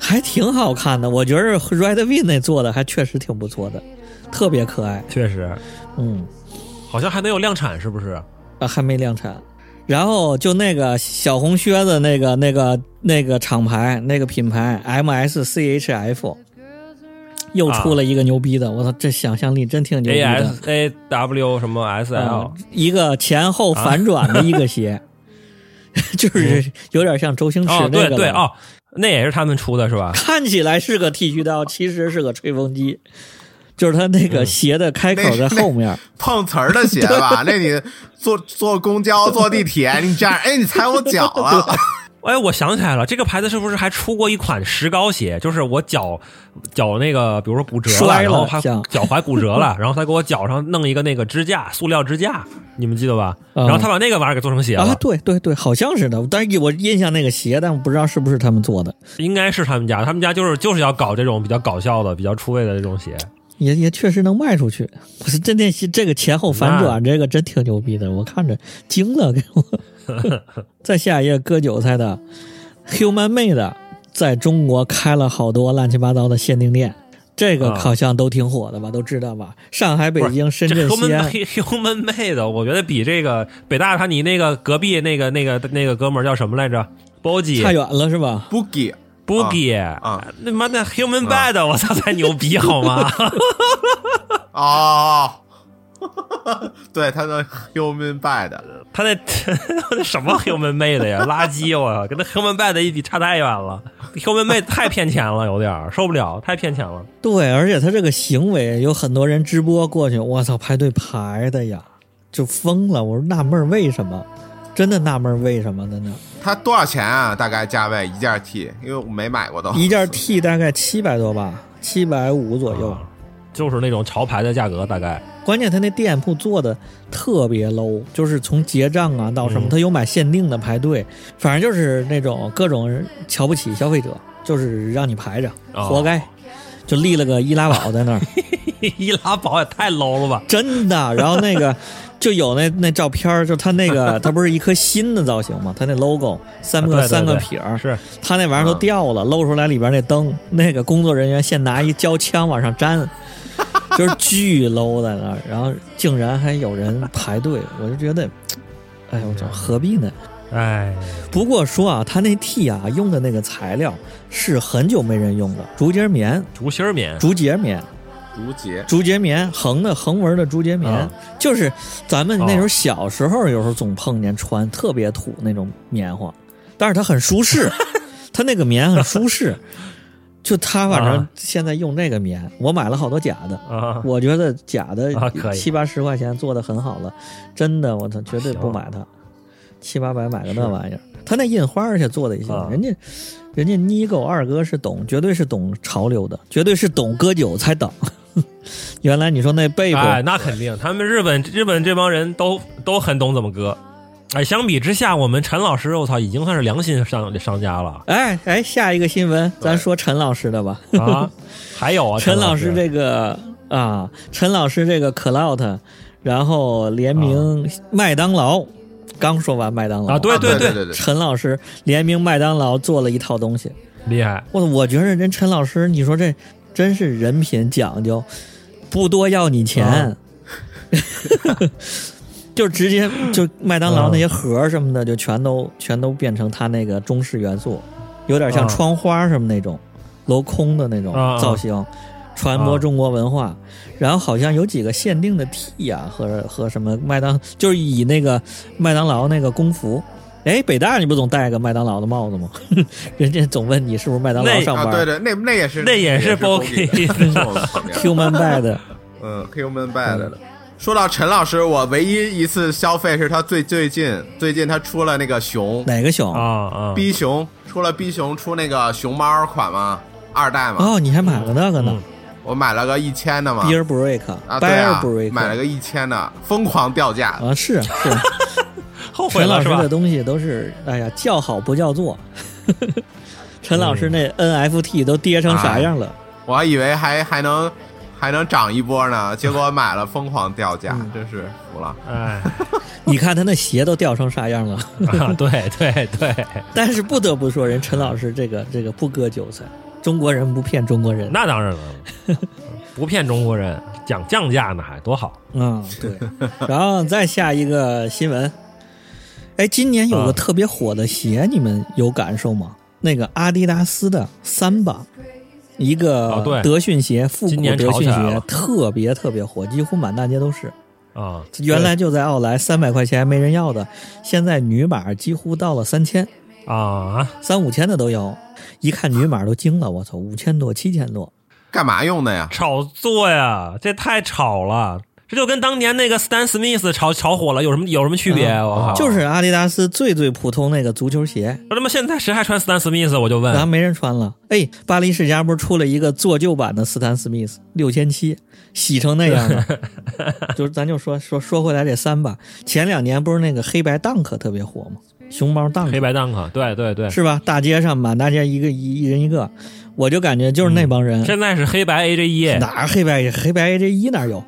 Speaker 2: 还挺好看的，我觉得 Red Win 那做的还确实挺不错的，特别可爱。
Speaker 3: 确实
Speaker 2: 嗯，
Speaker 3: 好像还没有量产，是不是？
Speaker 2: 啊，还没量产。然后就那个小红靴子那个那个那个厂牌那个品牌
Speaker 3: 啊
Speaker 2: MSCHF 又出了一个牛逼的，我操，这想象力真挺牛逼
Speaker 3: A
Speaker 2: 的。
Speaker 3: S A W 什么 S
Speaker 2: 啊
Speaker 3: L，、
Speaker 2: 一个前后反转的一个
Speaker 3: [LAUGHS]
Speaker 2: 鞋，就是有点像周星驰
Speaker 3: 嗯哦，
Speaker 2: 嗯那
Speaker 3: 对
Speaker 2: 个的
Speaker 3: 对哦，那也是他们出的是吧？
Speaker 2: 看起来是个剃须刀，其实是个吹风机，就是它那
Speaker 3: 嗯
Speaker 2: 个鞋的开口在后面。
Speaker 4: 碰瓷儿的鞋吧？那你坐坐公交、坐地铁，你这样，哎，你踩我脚了。
Speaker 3: 哎，我想起来了，这个牌子是不是还出过一款石膏鞋？就是我脚脚那个，比如说骨折
Speaker 2: 摔了
Speaker 3: 然后还
Speaker 2: 像
Speaker 3: 脚踝骨折了，然后他给我脚上弄一个那个支架，塑料支架，你们记得吧？
Speaker 2: 嗯
Speaker 3: 然后他把那个玩意儿给做成鞋了，
Speaker 2: 啊，对对对，好像是的，但是我印象那个鞋，但我不知道是不是他们做的，
Speaker 3: 应该是他们家，他们家就是就是要搞这种比较搞笑的、比较出位的这种鞋。
Speaker 2: 也也确实能卖出去。我是真那这个前后反转，这个真挺牛逼的，我看着惊了，给
Speaker 3: [LAUGHS]
Speaker 2: 我。再下一个割韭菜的，Human Made 在中国开了好多乱七八糟的限定店，这个
Speaker 3: 啊
Speaker 2: 好像都挺火的吧，都知道吧？上海、北
Speaker 3: 不是
Speaker 2: 京、深
Speaker 3: 这
Speaker 2: 圳、西
Speaker 3: human
Speaker 2: 安
Speaker 3: human made，我觉得比这个北大他你那个隔壁那个那个那个哥们儿叫什么来着
Speaker 2: 差
Speaker 3: ？Bogie
Speaker 2: 远了是吧？
Speaker 4: 不给
Speaker 3: Boogie，
Speaker 4: 啊
Speaker 3: 那妈的 human made，我操才牛逼好吗？
Speaker 4: 哦， [LAUGHS] 对，他的 human bad，
Speaker 3: 他那 [LAUGHS] 那什么 human made 呀，垃圾！我跟那 human made 一比差太远了，human made 太骗钱了，有点儿受不了，太骗钱了。
Speaker 2: 对，而且他这个行为有很多人直播过去，我操，排队排的呀，就疯了。我说纳闷儿为什么，真的纳闷儿为什么的呢？
Speaker 4: 他多少钱啊？大概价位一件 T，因为我没买过都。
Speaker 3: 啊
Speaker 2: 一件 T 大概七百多吧，七百五左右。
Speaker 3: 啊就是那种潮牌的价格，大概 [LAUGHS]
Speaker 2: 关键他那店铺做的特别 low，就是从结账啊到什么，
Speaker 3: 嗯
Speaker 2: 他有买限定的排队，反正就是那种各种人瞧不起消费者，就是让你排着，
Speaker 3: 哦
Speaker 2: 活该。就立了个易拉宝在那儿，
Speaker 3: 易拉宝也太 low 了吧？
Speaker 2: 真的。然后那
Speaker 3: [LAUGHS]
Speaker 2: 个就有那那照片儿，就他那个他不是一颗心的造型吗？他那 logo 三个
Speaker 3: 啊对对
Speaker 2: 三个
Speaker 3: 对
Speaker 2: 撇儿，
Speaker 3: 是啊
Speaker 2: 他那玩意儿都掉了，露出来里边那灯，那个工作人员现拿一胶枪往上
Speaker 3: [LAUGHS]
Speaker 2: 粘，就是巨 low 在那儿，然后竟然还有人排队，我就觉得，哎呦我操，何必呢？
Speaker 3: 哎，
Speaker 2: 不过说啊，他那 T 啊用的那个材料是很久没人用的，竹节棉、
Speaker 3: 竹芯儿棉，
Speaker 2: 竹节棉、
Speaker 4: 竹节，
Speaker 2: 竹节棉，横的横纹的竹节棉，
Speaker 3: 啊
Speaker 2: 就是咱们
Speaker 3: 哦
Speaker 2: 那时候小时候，有时候总碰见穿特别土那种棉花，但是它很舒
Speaker 3: [LAUGHS]
Speaker 2: 适，它那个棉很舒适。就他反正
Speaker 3: 啊
Speaker 2: 现在用那个棉，我买了好多假的，
Speaker 3: 啊，
Speaker 2: 我觉得假的
Speaker 3: 啊可以
Speaker 2: 七八十块钱做的很好了，真的我操绝对不买它，七八百买个那玩意儿。他那印花儿去做的也行，
Speaker 3: 啊
Speaker 2: 人家人家妮狗二哥是懂，绝对是懂潮流的，绝对是懂割韭菜党。 [LAUGHS] 原来你说那被
Speaker 3: 哎，
Speaker 2: 子
Speaker 3: 那肯定，他们日本日本这帮人都都很懂怎么割。哎，相比之下，我们陈老师，我操，已经算是良心商商家
Speaker 2: [LAUGHS]
Speaker 3: 了
Speaker 2: 哎哎，下一个新闻，咱说陈老师的吧。
Speaker 3: 啊！还有啊，
Speaker 2: 陈
Speaker 3: 陈
Speaker 2: 老
Speaker 3: 师
Speaker 2: 师这个啊，陈老师这个 Cloud，然后联名麦当劳，刚说完麦当劳
Speaker 3: 啊，对
Speaker 4: 对
Speaker 3: 对，
Speaker 4: 对对，
Speaker 2: 陈老师联名麦当劳做了一套东西，
Speaker 3: 厉害，
Speaker 2: 我我觉着人陈老师，你说这真是人品讲究，不多要你钱，
Speaker 3: 啊
Speaker 2: [LAUGHS] 就直接就麦当劳
Speaker 3: 啊
Speaker 2: 那些盒儿什么的，就全都全都变成他那个中式元素，有点像
Speaker 3: 啊
Speaker 2: 窗花什么那种镂空的那种
Speaker 3: 啊啊
Speaker 2: 造型，传播
Speaker 3: 啊
Speaker 2: 中国文化。然后好像有几个限定的 T 呀、和和什么麦当，就是以那个麦当劳那个工服。哎，北大你不总戴个麦当劳的帽子吗？ [LAUGHS] 人家总问你是不是麦当劳
Speaker 3: 那
Speaker 2: 上
Speaker 4: 啊，
Speaker 2: 班、
Speaker 4: 对对，那那也是，
Speaker 3: 那也
Speaker 4: 也
Speaker 3: 是
Speaker 4: 是哦
Speaker 3: Boki
Speaker 4: 的
Speaker 2: Human
Speaker 4: [LAUGHS]
Speaker 2: Bad，
Speaker 4: 嗯，human bad 的。说到陈老师，我唯一一次消费是他最最近最近他出了那个熊
Speaker 2: 哪个熊？
Speaker 3: 啊啊！
Speaker 4: 逼熊，出了逼熊出那个熊猫款嘛，二代嘛，
Speaker 2: 哦，你还买了那个呢、
Speaker 4: 我买了个一千的嘛
Speaker 2: b e e r Break，Beer、
Speaker 4: 嗯啊，对
Speaker 2: Bear
Speaker 4: 啊
Speaker 2: Break，，
Speaker 4: 买了个一千的，疯狂掉价，
Speaker 2: 啊，是是，
Speaker 4: [LAUGHS]
Speaker 3: 后悔
Speaker 2: 陈老
Speaker 3: 了
Speaker 2: 师
Speaker 3: 是吧
Speaker 2: 的？东西都是，哎呀，叫好不叫座。 [LAUGHS] 陈老
Speaker 4: 嗯
Speaker 2: 师那 NFT 都跌成啥样了？
Speaker 4: 我还以为还还能还能涨一波呢，结果买了疯狂掉价，
Speaker 2: 嗯
Speaker 4: 真是服了。
Speaker 3: 哎，
Speaker 2: [LAUGHS] 你看他那鞋都掉成啥样了？ [LAUGHS]
Speaker 3: 啊对对对，
Speaker 2: 但是不得不说，人陈老师这个这个不割韭菜，中国人不骗中国人。
Speaker 3: 那当然了，不骗中国人，讲降价呢，还多好。
Speaker 2: 嗯，对。然后再下一个新闻，哎，今年有个
Speaker 3: 啊
Speaker 2: 特别火的鞋，你们有感受吗？那个阿迪达斯的三吧，一
Speaker 3: 啊
Speaker 2: 个
Speaker 3: 对
Speaker 2: 德训鞋，复古
Speaker 3: 今年
Speaker 2: 德
Speaker 3: 炒起
Speaker 2: 训
Speaker 3: 来
Speaker 2: 鞋
Speaker 3: 了，
Speaker 2: 特别特别火，几乎满大街都是。
Speaker 3: 啊，
Speaker 2: 原来就在奥莱三百块钱没人要的，现在女码几乎到了三千、
Speaker 3: 啊，
Speaker 2: 三五千的都有。一看女码都惊了，我操，五千多、七千多，
Speaker 4: 干嘛用的呀？
Speaker 3: 炒作呀，这太炒了，这就跟当年那个 Stan Smith 炒炒火了有什么有什么区别？啊我靠，
Speaker 2: 嗯就是阿迪达斯最最普通那个足球鞋，
Speaker 3: 那他妈现在谁还穿 Stan Smith？我就问
Speaker 2: 然后没人穿了。哎，巴黎世家不是出了一个做旧版的斯坦史密斯，六千七，洗成那样
Speaker 3: [LAUGHS]
Speaker 2: 了。就是咱就说说说回来这三吧，前两年不是那个黑白 Dunk 特别火吗？熊猫 Dunk
Speaker 3: 黑白 Dunk，对对对，
Speaker 2: 是吧？大街上满大街一个一一人一个，我就感觉就是那帮人、
Speaker 3: 现在是黑白 E，AJ 一，
Speaker 2: 哪儿黑白黑白 AJ 一哪儿有，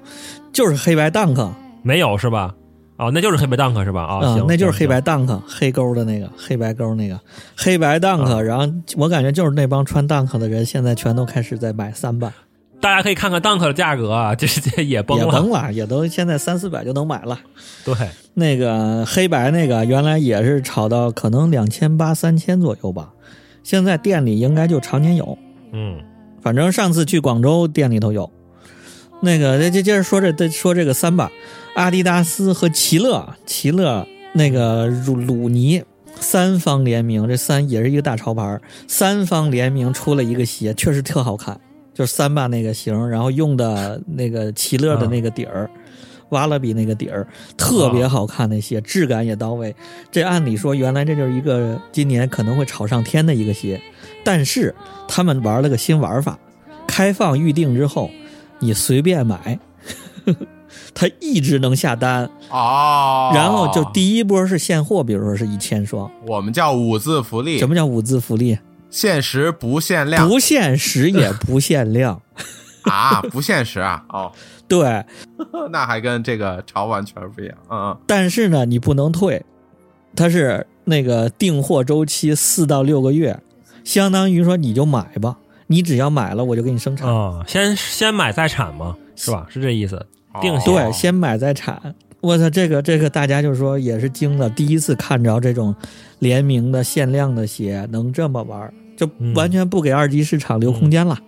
Speaker 2: 就是黑白 Dunk 啊、
Speaker 3: 没有是吧？哦，那就是黑白 Dunk 是吧？啊，行，
Speaker 2: 嗯那就是
Speaker 3: 行嗯
Speaker 2: 黑白 Dunk 黑勾的那个黑白勾那个黑白 Dunk，、然
Speaker 3: 啊
Speaker 2: 后我感觉就是那帮穿 Dunk 的人现在全都开始在买三吧，
Speaker 3: 大家可以看看 Dunk 的价格啊，这这也崩
Speaker 2: 也
Speaker 3: 了，
Speaker 2: 甭了，也都现在三四百就能买了。
Speaker 3: 对，
Speaker 2: 那个黑白那个原来也是炒到可能两千八三千左右吧，现在店里应该就常年有。
Speaker 3: 嗯，
Speaker 2: 反正上次去广州店里头有。那个，这接接着说这这说这个三吧，阿迪达斯和奇乐，奇乐那个鲁鲁尼三方联名，这三也是一个大潮牌儿，三方联名出了一个鞋，确实特好看，就是三吧那个型，然后用的那个奇乐
Speaker 3: 啊
Speaker 2: 的那个底儿。瓦拉比那个底儿特别好看，那鞋质感也到位。这按理说原来这就是一个今年可能会炒上天的一个鞋，但是他们玩了个新玩法，开放预定之后，你随便买， [LAUGHS] 他一直能下单，
Speaker 4: 哦，
Speaker 2: 然后就第一波是现货，比如说是一千双。
Speaker 4: 我们叫五字福利
Speaker 2: 什，么叫五字福利？
Speaker 4: 限时不限量
Speaker 2: 不限时也不限量。
Speaker 4: 啊，不限时啊，哦，
Speaker 2: 对，
Speaker 4: 那还跟这个潮完全不一样，嗯嗯，
Speaker 2: 但是呢，你不能退，它是那个订货周期四到六个月，相当于说你就买吧，你只要买了我就给你生产。
Speaker 3: 啊，先先买再产嘛，是吧？是这意思，
Speaker 4: 哦
Speaker 3: 定型
Speaker 2: 对，先买再产。我操，这个这个大家就说也是惊了，第一次看着这种联名的限量的鞋能这么玩儿，就
Speaker 3: 嗯
Speaker 2: 完全不给二级市场留空间了。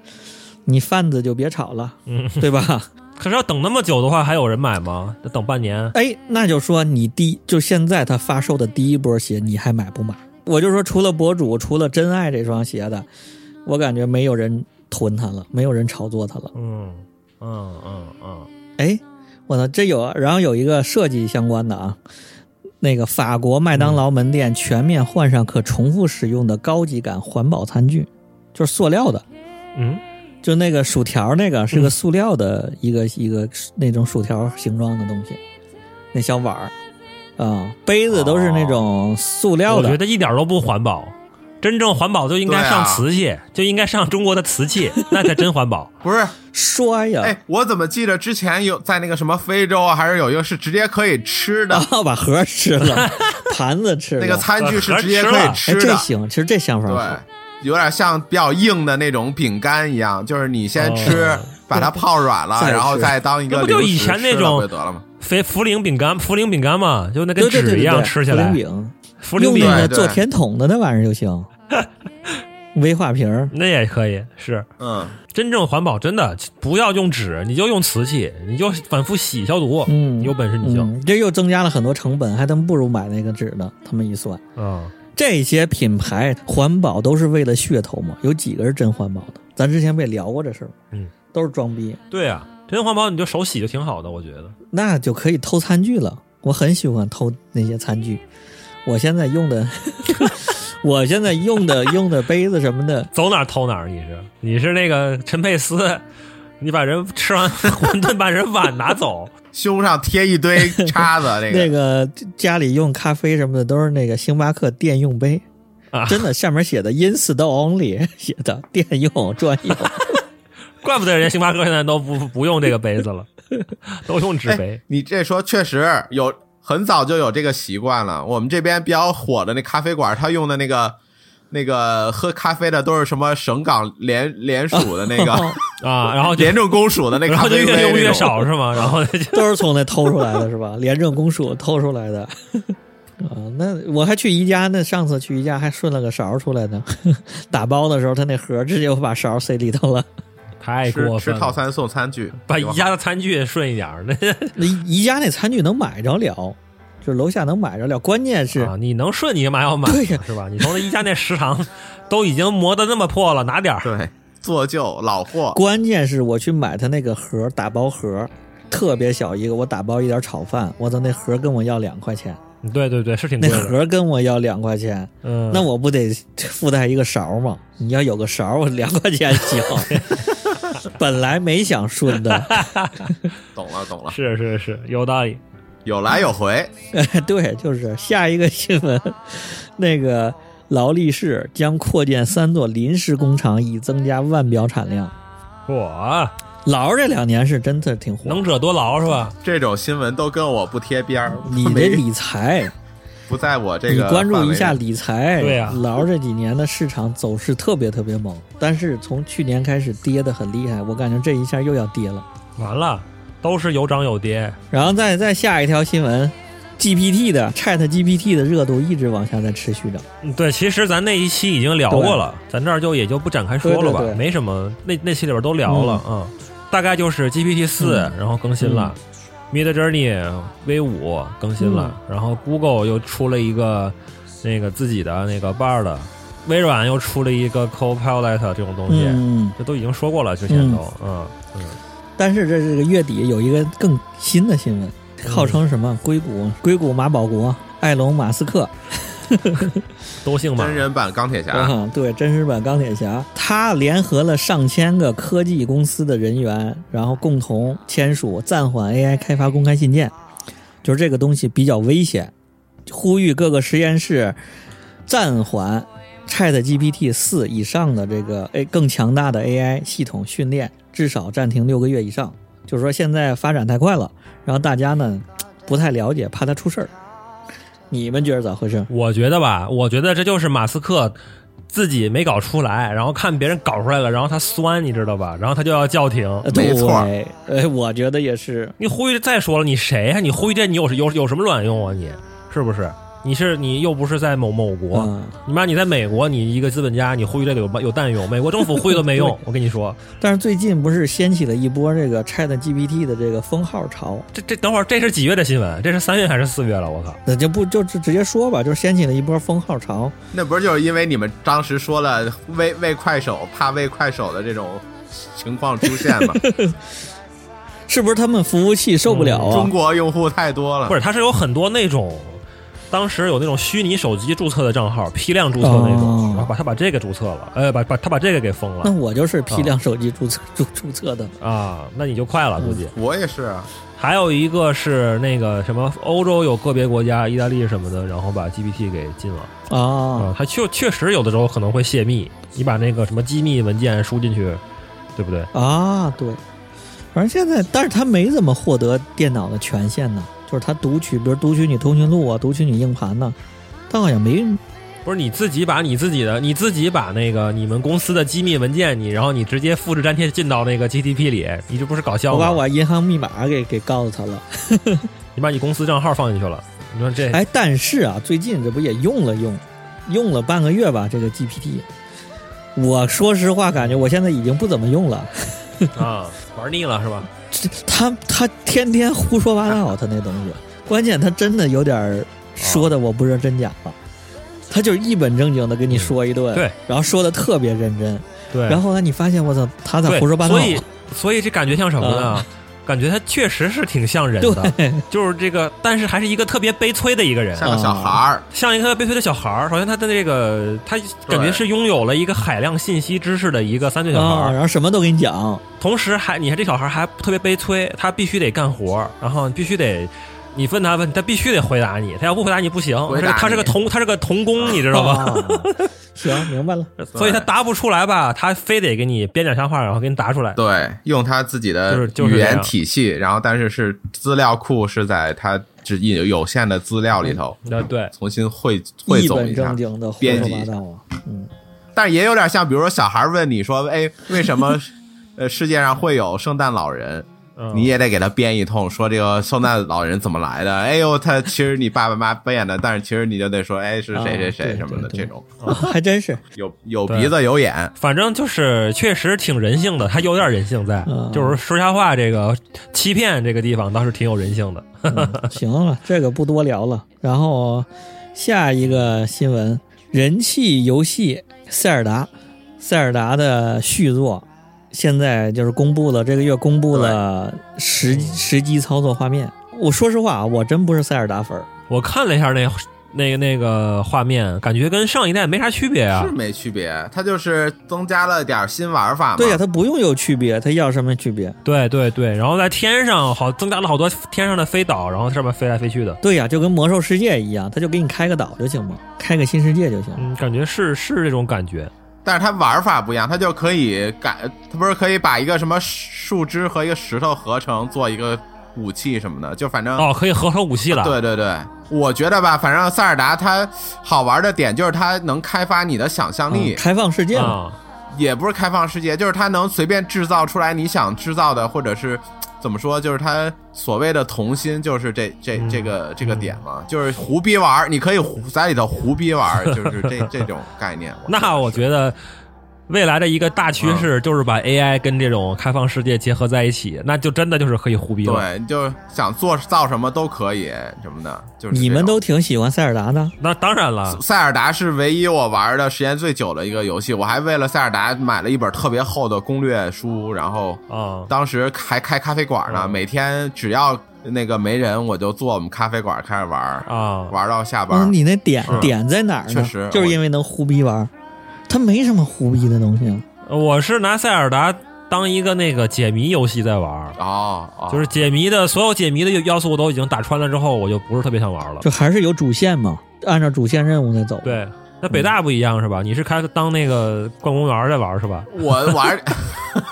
Speaker 2: 你贩子就别炒了，
Speaker 3: 嗯，
Speaker 2: 对吧？
Speaker 3: 可是要等那么久的话，还有人买吗？得等半年。
Speaker 2: 哎，那就说你第就现在他发售的第一波鞋，你还买不买？我就说，除了博主，除了真爱这双鞋的，我感觉没有人囤它了，没有人炒作它了。
Speaker 3: 嗯嗯嗯嗯，
Speaker 2: 哎，我操，这有，然后有一个设计相关的啊，那个法国麦当劳门店全面换上可重复使用的高级感环保餐具，就是塑料的，
Speaker 3: 嗯，
Speaker 2: 就那个薯条那个是个塑料的一个、一个那种薯条形状的东西，那小碗儿啊、杯子都是那种塑料
Speaker 3: 哦我
Speaker 2: 的，
Speaker 3: 觉得一点都不环保。真正环保就应该
Speaker 4: 对啊
Speaker 3: 上瓷器，就应该上中国的瓷
Speaker 2: [LAUGHS]
Speaker 3: 器，那才真环保。
Speaker 4: 不是，
Speaker 2: 呃摔呀、
Speaker 4: 哎，我怎么记得之前有在那个什么非洲啊，还是有一个是直接可以吃
Speaker 2: 然
Speaker 4: 的，
Speaker 2: 后把盒儿吃
Speaker 4: [LAUGHS]
Speaker 2: 了，盘子吃了，
Speaker 4: 那个餐具是直接可以吃
Speaker 2: 哎，这
Speaker 4: 的，
Speaker 2: 行，其啊实这想法好
Speaker 4: 对。有点像比较硬的那种饼干一样，就是你先吃，
Speaker 3: 哦
Speaker 4: 把它泡软了，
Speaker 2: 再
Speaker 4: 然后
Speaker 2: 吃
Speaker 4: 再当一个
Speaker 3: 那不就
Speaker 4: 零食
Speaker 3: 以前那
Speaker 4: 吃了
Speaker 3: 种
Speaker 4: 不就得了吗？
Speaker 3: 肥茯苓饼干，茯苓饼干嘛，就那跟
Speaker 2: 对对对
Speaker 3: 纸一
Speaker 2: 对
Speaker 3: 样
Speaker 2: 对
Speaker 3: 吃起
Speaker 2: 茯苓
Speaker 3: 来。
Speaker 2: 饼，
Speaker 3: 茯苓
Speaker 2: 用
Speaker 3: 饼
Speaker 2: 那
Speaker 4: 对
Speaker 2: 个
Speaker 4: 对
Speaker 2: 做甜筒的那玩意儿就行，威化瓶儿。
Speaker 3: 那也可以，是
Speaker 4: 嗯，
Speaker 3: 真正环保，真的不要用纸，你就用瓷器，你就反复洗消毒。
Speaker 2: 嗯，
Speaker 3: 你有本事你就
Speaker 2: 嗯这又增加了很多成本，还他妈不如买那个纸呢。他们一算，
Speaker 3: 啊，
Speaker 2: 这些品牌环保都是为了噱头嘛，有几个是真环保的？咱之前不也聊过这事儿吗？
Speaker 3: 嗯，
Speaker 2: 都是装逼，
Speaker 3: 对啊，真环保你就手洗就挺好的，我觉得。
Speaker 2: 那就可以偷餐具了。我很喜欢偷那些餐具，我现在用
Speaker 4: [LAUGHS]
Speaker 2: 的，我现在用的用的杯子什么的，
Speaker 3: 走哪儿偷哪儿，你是你是那个陈佩斯，你把人吃完馄饨把人碗拿走，
Speaker 4: 胸上贴一堆
Speaker 2: [LAUGHS]
Speaker 4: 叉子，那
Speaker 2: 那
Speaker 4: 个
Speaker 2: 个家里用咖啡什么的都是那个星巴克电用杯，
Speaker 3: [LAUGHS] 啊
Speaker 2: 真的上面写的 “in store only” 写的电用专用。
Speaker 3: 怪不得人家星巴克现在都不不用这个杯子了，都用纸杯
Speaker 4: 哎。你这说确实有，很早就有这个习惯了。我们这边比较火的那咖啡馆，他用的那个那个喝咖啡的都是什么省港联联署的那个
Speaker 3: 啊，然后就
Speaker 4: 廉政公署的那个
Speaker 3: 然
Speaker 4: 咖
Speaker 3: 后就
Speaker 4: 啡
Speaker 3: 越
Speaker 4: 杯
Speaker 3: 用
Speaker 4: 那
Speaker 3: 越
Speaker 4: 种
Speaker 3: 少是吗？然后就
Speaker 2: 都是从那偷出来的，是吧？ [LAUGHS] 廉政公署偷出来的。 [LAUGHS] 啊，那我还去宜家，那上次去宜家还顺了个勺出来呢。 [LAUGHS] 打包的时候，他那盒直接我把勺塞里头了。 [LAUGHS]
Speaker 3: 太过
Speaker 4: 吃
Speaker 3: 分
Speaker 4: 吃
Speaker 3: 了哎
Speaker 4: 套餐送餐具，
Speaker 3: 把
Speaker 4: 对吧
Speaker 3: 宜家的餐具顺一点儿，那
Speaker 2: 那宜家那餐具能买着了，就楼下能买着了。关键是，
Speaker 3: 啊，你能顺你干嘛要买
Speaker 2: 对呀
Speaker 3: 是吧？你从那宜家那食堂都已经磨得那么破了，拿点儿
Speaker 4: 对做旧老货，
Speaker 2: 关键是我去买他那个盒儿打包盒儿，特别小一个，我打包一点炒饭，我操，那盒儿跟我要两块钱，
Speaker 3: 对对对，是挺
Speaker 2: 那
Speaker 3: 贵
Speaker 2: 盒
Speaker 3: 的。
Speaker 2: 儿跟我要两块钱，
Speaker 3: 嗯，
Speaker 2: 那我不得附带一个勺吗？你要有个勺，我两块钱行。 [LAUGHS] 本来没想顺的，
Speaker 4: 懂了懂了，
Speaker 3: 是是是有道理。
Speaker 4: 有来有回，
Speaker 2: [LAUGHS] 对，就是下一个新闻，那个劳力士将扩建三座临时工厂，以增加腕表产量。
Speaker 3: 我
Speaker 2: 劳这两年是真的挺火，
Speaker 3: 能者多劳是吧？
Speaker 4: 这种新闻都跟我不贴边儿，
Speaker 2: 你
Speaker 4: 没
Speaker 2: 这理财，
Speaker 4: 不在我这个
Speaker 2: 你关注一下
Speaker 4: 范围内
Speaker 2: 理财，
Speaker 3: 对啊
Speaker 2: 劳这几年的市场走势特别特别猛，但是从去年开始跌的很厉害，我感觉这一下又要跌了。
Speaker 3: 完了，都是有涨有跌。
Speaker 2: 然后再再下一条新闻，GPT 的 Chat GPT 的热度一直往下在持续着。
Speaker 3: 嗯对，其实咱那一期已经聊过了，咱这儿就也就不展开说了吧，
Speaker 2: 对嗯对对
Speaker 3: 没什么。那那期里边都聊了啊、大概就是 GPT 四、
Speaker 2: 嗯
Speaker 3: 然后更新了、m i d Journey V 五更新了、
Speaker 2: 嗯
Speaker 3: 然后 Google 又出了一个那个自己的那个 Bard，的微软又出了一个 Copilot 这种东西，
Speaker 2: 嗯，
Speaker 3: 这都已经说过了，之前都嗯嗯
Speaker 2: 但是这这个月底有一个更新的新闻，
Speaker 3: 嗯
Speaker 2: 号称什么硅谷硅谷马保国埃隆马斯克，
Speaker 3: 都姓马
Speaker 4: 真人版钢铁侠，
Speaker 2: 嗯，对，真实版钢铁侠，他联合了上千个科技公司的人员，然后共同签署暂缓 AI 开发公开信件，就是这个东西比较危险，呼吁各个实验室暂缓 ChatGPT 四以上的这个 A 更强大的 AI 系统训练，至少暂停六个月以上。就是说现在发展太快了，然后大家呢不太了解，怕它出事儿。你们觉得咋回事？
Speaker 3: 我觉得吧，我觉得这就是马斯克自己没搞出来，然后看别人搞出来了，然后他酸，你知道吧？然后他就要叫停。
Speaker 2: 呃
Speaker 4: 没错
Speaker 2: 对，呃，我觉得也是。
Speaker 3: 你呼吁再说了，你谁呀、你呼吁这你有有有什么卵用啊你？是不是？你是你又不是在某某国，
Speaker 2: 嗯
Speaker 3: 你妈你在美国，你一个资本家，你呼吁这个有有蛋用？美国政府呼吁都没用
Speaker 2: 对，
Speaker 3: 我跟你说，
Speaker 2: 但是最近不是掀起了一波这个 Chat GPT 的这个封号潮，
Speaker 3: 这这等会儿这是几月的新闻？这是三月还是四月了？我靠！
Speaker 2: 那就不就直直接说吧，就是掀起了一波封号潮。
Speaker 4: 那不是就是因为你们当时说了为为快手怕为快手的这种情况出现
Speaker 3: [LAUGHS]
Speaker 4: 嘛？
Speaker 2: 是不是他们服务器受不了啊？
Speaker 4: 嗯中国用户太多了，
Speaker 3: 不是，它是有很多那种，当时有那种虚拟手机注册的账号，批量注册那种，
Speaker 2: 哦嗯
Speaker 3: 然后把他把这个注册了，呃，把把他把这个给封
Speaker 2: 那
Speaker 3: 了
Speaker 2: 我就是
Speaker 4: 啊
Speaker 2: 批量手机注册注、注册的，
Speaker 3: 啊，那你就快了，估计。
Speaker 4: 我也是
Speaker 3: 哎
Speaker 4: 啊，
Speaker 3: 还有一个是那个什么，欧洲有个别国家，意大利什么的，然后把 GPT 给禁了
Speaker 2: 啊
Speaker 3: 啊，，它确确实有的时候可能会泄密，你把那个什么机密文件输进去，对不对？
Speaker 2: 啊，对，反正现在，但是他没怎么获得电脑的权限呢，就是他读取，比如读取你通讯录啊，读取你硬盘呢、他好像没
Speaker 3: 不是你自己把你自己的，你自己把那个你们公司的机密文件，你然后你直接复制粘贴进到那个 GTP 里，你这不是搞笑
Speaker 2: 我
Speaker 3: 吗？
Speaker 2: 把我银行密码给给告诉他了。
Speaker 3: 你把你公司账号放进去了，你说这
Speaker 2: 哎，但是啊，最近这不也用了用，用了半个月吧，这个 GPT。我说实话，感觉我现在已经不怎么用了。
Speaker 3: 啊玩腻了是吧？
Speaker 2: 这他他天天胡说八道，他那东西，关键他真的有点儿说的我不知道真假了。他就是一本正经的跟你说一顿，
Speaker 3: 对，
Speaker 2: 然后说的特别认真，
Speaker 3: 对，
Speaker 2: 然后呢，你发现我操，他咋
Speaker 3: 对
Speaker 2: 胡说八道？
Speaker 3: 所以所以这感觉像什么呢
Speaker 4: 嗯
Speaker 2: 啊？
Speaker 3: 感觉他确实是挺像人的，
Speaker 2: 对，
Speaker 3: 就是这个，但是还是一个特别悲催的一个人，
Speaker 4: 像个小孩儿，
Speaker 3: 像一个悲催的小孩儿。首先，他的这个他感觉是拥有了一个海量信息知识的一个三岁小孩
Speaker 2: 啊，
Speaker 4: 嗯
Speaker 3: 儿，
Speaker 2: 然后什么都给你讲，
Speaker 3: 同时还你看这小孩儿还特别悲催，他必须得干活儿，然后必须得。你问他问，他必须得回答你，他要不回答你不行。
Speaker 4: 回答你哦
Speaker 3: 他是个童，他是个童工，你知道吗？
Speaker 2: 啊行，明白了，
Speaker 3: 所以他答不出来吧，他非得给你编点瞎话，然后给你答出来。
Speaker 4: 对，用他自己
Speaker 3: 就
Speaker 4: 的
Speaker 3: 是就是
Speaker 4: 语
Speaker 3: 这样
Speaker 4: 言体系，然后但是是资料库是在他只有有限的资料里头
Speaker 3: 那对，
Speaker 4: 重新汇汇
Speaker 2: 一
Speaker 4: 总
Speaker 2: 本
Speaker 4: 一下
Speaker 2: 正，经的胡
Speaker 4: 编
Speaker 2: 说
Speaker 4: 辑
Speaker 2: 八
Speaker 4: 一下
Speaker 2: 道啊。
Speaker 4: 但是也有点像，比如说小孩问你说：“哎，为什么 [LAUGHS] 呃世界上会有圣诞老人？”
Speaker 3: 嗯
Speaker 4: 你也得给他编一通，说这个圣诞老人怎么来的？哎呦，他其实你爸爸妈妈扮演的，但是其实你就得说，哎，是谁谁
Speaker 2: 啊对
Speaker 4: 谁什么的
Speaker 2: 对对啊
Speaker 4: 这种，
Speaker 2: [LAUGHS] 还真是，
Speaker 4: 有有
Speaker 3: 对
Speaker 4: 鼻子有眼，
Speaker 3: 反正就是确实挺人性的，他有点人性在，
Speaker 2: 嗯
Speaker 3: 就是说瞎话这个欺骗这个地方倒是挺有人性的。
Speaker 2: 嗯行了，这个不多聊了。然后下一个新闻，人气游戏《塞尔达》，塞尔达的续作，现在就是公布了，这个月公布了实实际操作画面。我说实话啊，我真不是塞尔达粉儿，
Speaker 3: 我看了一下那那个那个画面，感觉跟上一代没啥区别啊
Speaker 4: 是。没区别。它就是增加了点新玩法嘛。
Speaker 2: 啊对呀、它不用有区别，它要什么区别？
Speaker 3: 对对对，然后在天上好增加了好多天上的飞岛，然后上面飞来飞去的。
Speaker 2: 对呀、就跟魔兽世界一样，它就给你开个岛就行嘛，开个新世界就行了。
Speaker 3: 嗯，感觉是是这种感觉。
Speaker 4: 但是它玩法不一样，它就可以改，它不是可以把一个什么树枝和一个石头合成做一个武器什么的，就反正、
Speaker 3: 哦，可以合成武器了。
Speaker 4: 对对对，我觉得吧，反正塞尔达它好玩的点就是它能开发你的想象力，
Speaker 2: 嗯开放世界嘛，
Speaker 3: 啊、
Speaker 4: 也不是开放世界，就是它能随便制造出来你想制造的，或者是。怎么说？就是它所谓的童心，就是这这这
Speaker 2: 嗯
Speaker 4: 个这个点嘛，就是胡逼玩儿，你可以胡在里头胡逼玩儿，就是这这种概念。
Speaker 2: [LAUGHS]
Speaker 3: 那我觉得未来的一个大趋
Speaker 4: 嗯
Speaker 3: 势就是把 AI 跟这种开放世界结合在一起，那就真的就是可以胡逼了。
Speaker 4: 对，你就想做造什么都可以什么的，就是
Speaker 2: 你
Speaker 4: 这
Speaker 2: 们
Speaker 4: 种
Speaker 2: 都挺喜欢塞尔达的，
Speaker 3: 那当然了，
Speaker 4: 塞尔达是唯一我玩的时间最久的一个游戏，我还为了塞尔达买了一本特别厚的攻略书，然后
Speaker 3: 啊、
Speaker 4: 当时还开咖啡馆呢，
Speaker 3: 嗯
Speaker 4: 每天只要那个没人，我就坐我们咖啡馆开始玩，
Speaker 3: 啊，
Speaker 4: 玩到下
Speaker 2: 嗯，
Speaker 4: 班。
Speaker 2: 你那点
Speaker 4: 是
Speaker 2: 点在哪儿呢？
Speaker 4: 确实
Speaker 2: 就是因为能胡逼玩儿，它没什么胡逼的东西啊。
Speaker 3: 我是拿塞尔达当一个那个解谜游戏在玩儿。
Speaker 4: 哦，哦
Speaker 3: 就是解谜的所有解谜的要素我都已经打穿了之后，我就不是特别想玩了
Speaker 2: 就。还是有主线嘛，按照主线任务在走。，
Speaker 3: 对，那北大不一样是
Speaker 4: 嗯
Speaker 3: 吧？你是开当那个逛公园在玩是吧？
Speaker 4: 我玩， [LAUGHS]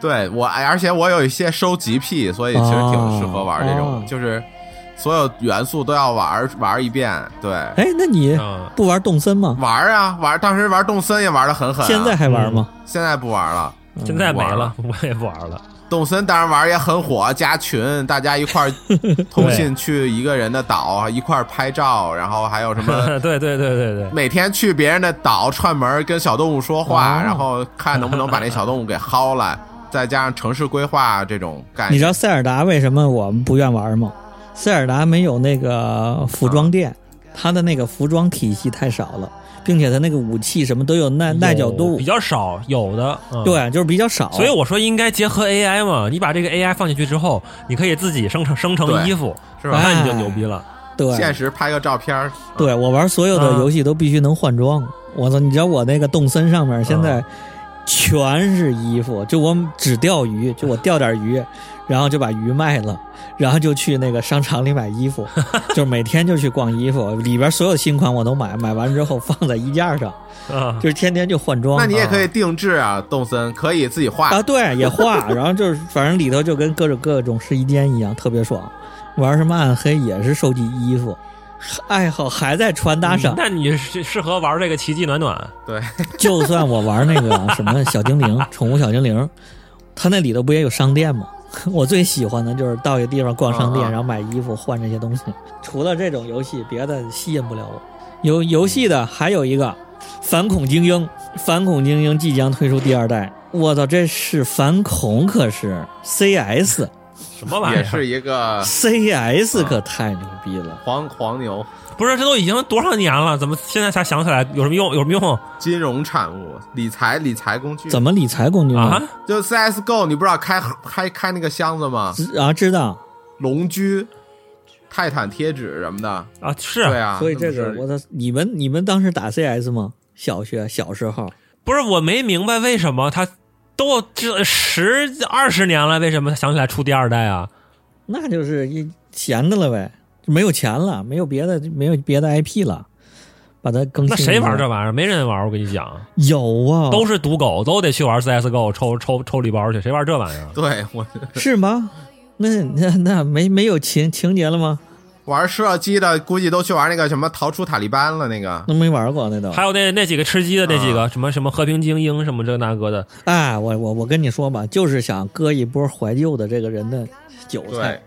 Speaker 4: 对我，而且我有一些收集癖，所以其实挺适合玩这
Speaker 2: 哦
Speaker 4: 种，就是所有元素都要玩玩一遍。对，
Speaker 2: 哎，那你
Speaker 3: 嗯，
Speaker 2: 不玩动森吗？
Speaker 4: 玩啊玩，当时玩动森也玩的很狠啊、
Speaker 2: 现在还玩吗？
Speaker 4: 现在不玩了。
Speaker 3: 现在没
Speaker 4: 嗯玩
Speaker 3: 了
Speaker 4: 了，
Speaker 3: 我也不玩了。
Speaker 4: 动森当然玩也很火，加群，大家一
Speaker 2: [LAUGHS]
Speaker 4: 块儿通信去一个人的岛，一块儿拍照，然后还有什
Speaker 3: [LAUGHS]
Speaker 4: 么
Speaker 3: 对对对对对，
Speaker 4: 每天去别人的岛串门，跟小动物说话，
Speaker 2: 哦
Speaker 4: 然后看能不能把那小动物给薅来，再加上城市规划这种概
Speaker 2: 你
Speaker 4: 念
Speaker 2: 知。道塞尔达为什么我们不愿玩吗？塞尔达没有那个服装店，它的那个服装体系太少了，并且它那个武器什么都有耐耐久
Speaker 3: 有
Speaker 2: 度
Speaker 3: 比，较少，有的。嗯、。
Speaker 2: 对，就是比较少。
Speaker 4: 哦
Speaker 3: 所以我说应该结合 AI 嘛，你把这个 AI 放进去之后，你可以自己生成生成
Speaker 4: 对
Speaker 3: 衣服，
Speaker 4: 是吧
Speaker 3: 那你就牛逼了。
Speaker 2: 哎对
Speaker 4: 现实拍个照片儿，嗯
Speaker 2: 对我玩所有的
Speaker 3: 啊
Speaker 2: 游戏都必须能换装。我操，你知道我那个动森上面现
Speaker 4: 啊
Speaker 2: 在全是衣服，就我只钓鱼，就我钓点鱼，然后就把鱼卖了，然后就去那个商场里买衣服，就是每天就去逛衣服，里边所有新款我都买，买完之后放在衣架上，
Speaker 4: 哎
Speaker 3: 啊，
Speaker 2: 就是天天就换装。
Speaker 4: 那你也可以定制啊，动森可以自己画。
Speaker 2: 啊，对，也画，然后就是反正里头就跟各种各种试衣间一样，特别爽。玩什么暗黑也是收集衣服，爱好还在传达上。
Speaker 3: 那你适适合玩这个奇迹暖暖，
Speaker 4: 对，
Speaker 2: 就算我玩那个什么小精
Speaker 4: [LAUGHS]
Speaker 2: 灵、宠物小精灵，它那里头不也有商店吗？我最喜欢的就是到一个地方逛商店，
Speaker 4: 嗯啊啊
Speaker 2: 然后买衣服换这些东西。除了这种游戏，别的吸引不了我。游游戏的还有一个《反恐精英》，《反恐精英》即将推出第二代。我操，这是反恐，可是 CS
Speaker 3: 什么玩意
Speaker 4: 也
Speaker 3: 儿？
Speaker 4: 是一个
Speaker 2: CS 可太牛逼了。
Speaker 4: 黄黄牛
Speaker 3: 不是，这都已经多少年了，怎么现在才想起来？有什么用？有什啊么用
Speaker 4: 金融产物、理财理财工具。
Speaker 2: 怎么理财
Speaker 4: 嗯
Speaker 2: 工具呢
Speaker 3: 啊？
Speaker 4: 就 CSGO，你不知道开开开那个箱子吗？
Speaker 2: 知啊，知道。
Speaker 4: 龙居、泰坦贴纸什么的，
Speaker 3: 啊，是
Speaker 4: 对啊。
Speaker 2: 所以这
Speaker 4: 那
Speaker 2: 个
Speaker 4: 不是
Speaker 2: 我操，你们你们当时打 CS 吗？小学小时候。
Speaker 3: 不是我没明白为什么他都这十二十年了，为什么他想起来出第二代啊？
Speaker 2: 那就是一闲的了呗，就没有钱了，没有别的，没有别的 IP 了，把它更新。
Speaker 3: 那谁玩这？玩意儿？没人玩，我跟你讲，
Speaker 2: 有啊，
Speaker 4: 哦
Speaker 3: 都是赌狗，都得去玩 CSGO 抽抽抽礼包去，谁玩这玩意儿？啊
Speaker 4: 对我
Speaker 2: 是吗？那那那没没有情情节了吗？
Speaker 4: 玩射击的估计都去玩那个什么逃出塔利班了，那个
Speaker 2: 都没玩过那都。
Speaker 3: 还有那那几个吃鸡的那几个、什么什么和平精英什么这那个的，
Speaker 2: 哎，我我我跟你说吧，就是想割一波怀旧的这个人的韭
Speaker 4: 对
Speaker 2: 菜。，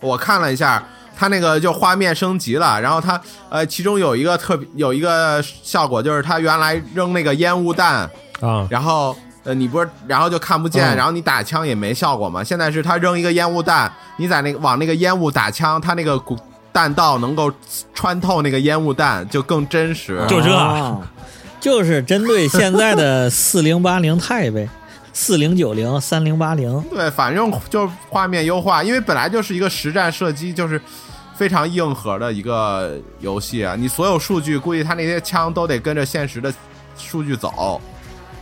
Speaker 4: 我看了一下，它那个就画面升级了，然后它呃，其中有一个特别有一个效果，就是它原来扔那个烟雾弹，
Speaker 3: 啊，
Speaker 4: 然后呃你不是然后就看不见，
Speaker 2: 嗯
Speaker 4: 然后你打枪也没效果嘛。现在是它扔一个烟雾弹，你在那个往那个烟雾打枪，它那个鼓弹道能够穿透那个烟雾弹，就更真实。
Speaker 3: 就这
Speaker 2: 啊就是针对现在的四零八零钛呗，四零九零、三零八零，
Speaker 4: 对，反正就是画面优化，因为本来就是一个实战射击，就是非常硬核的一个游戏啊。你所有数据，估计他那些枪都得跟着现实的数据走，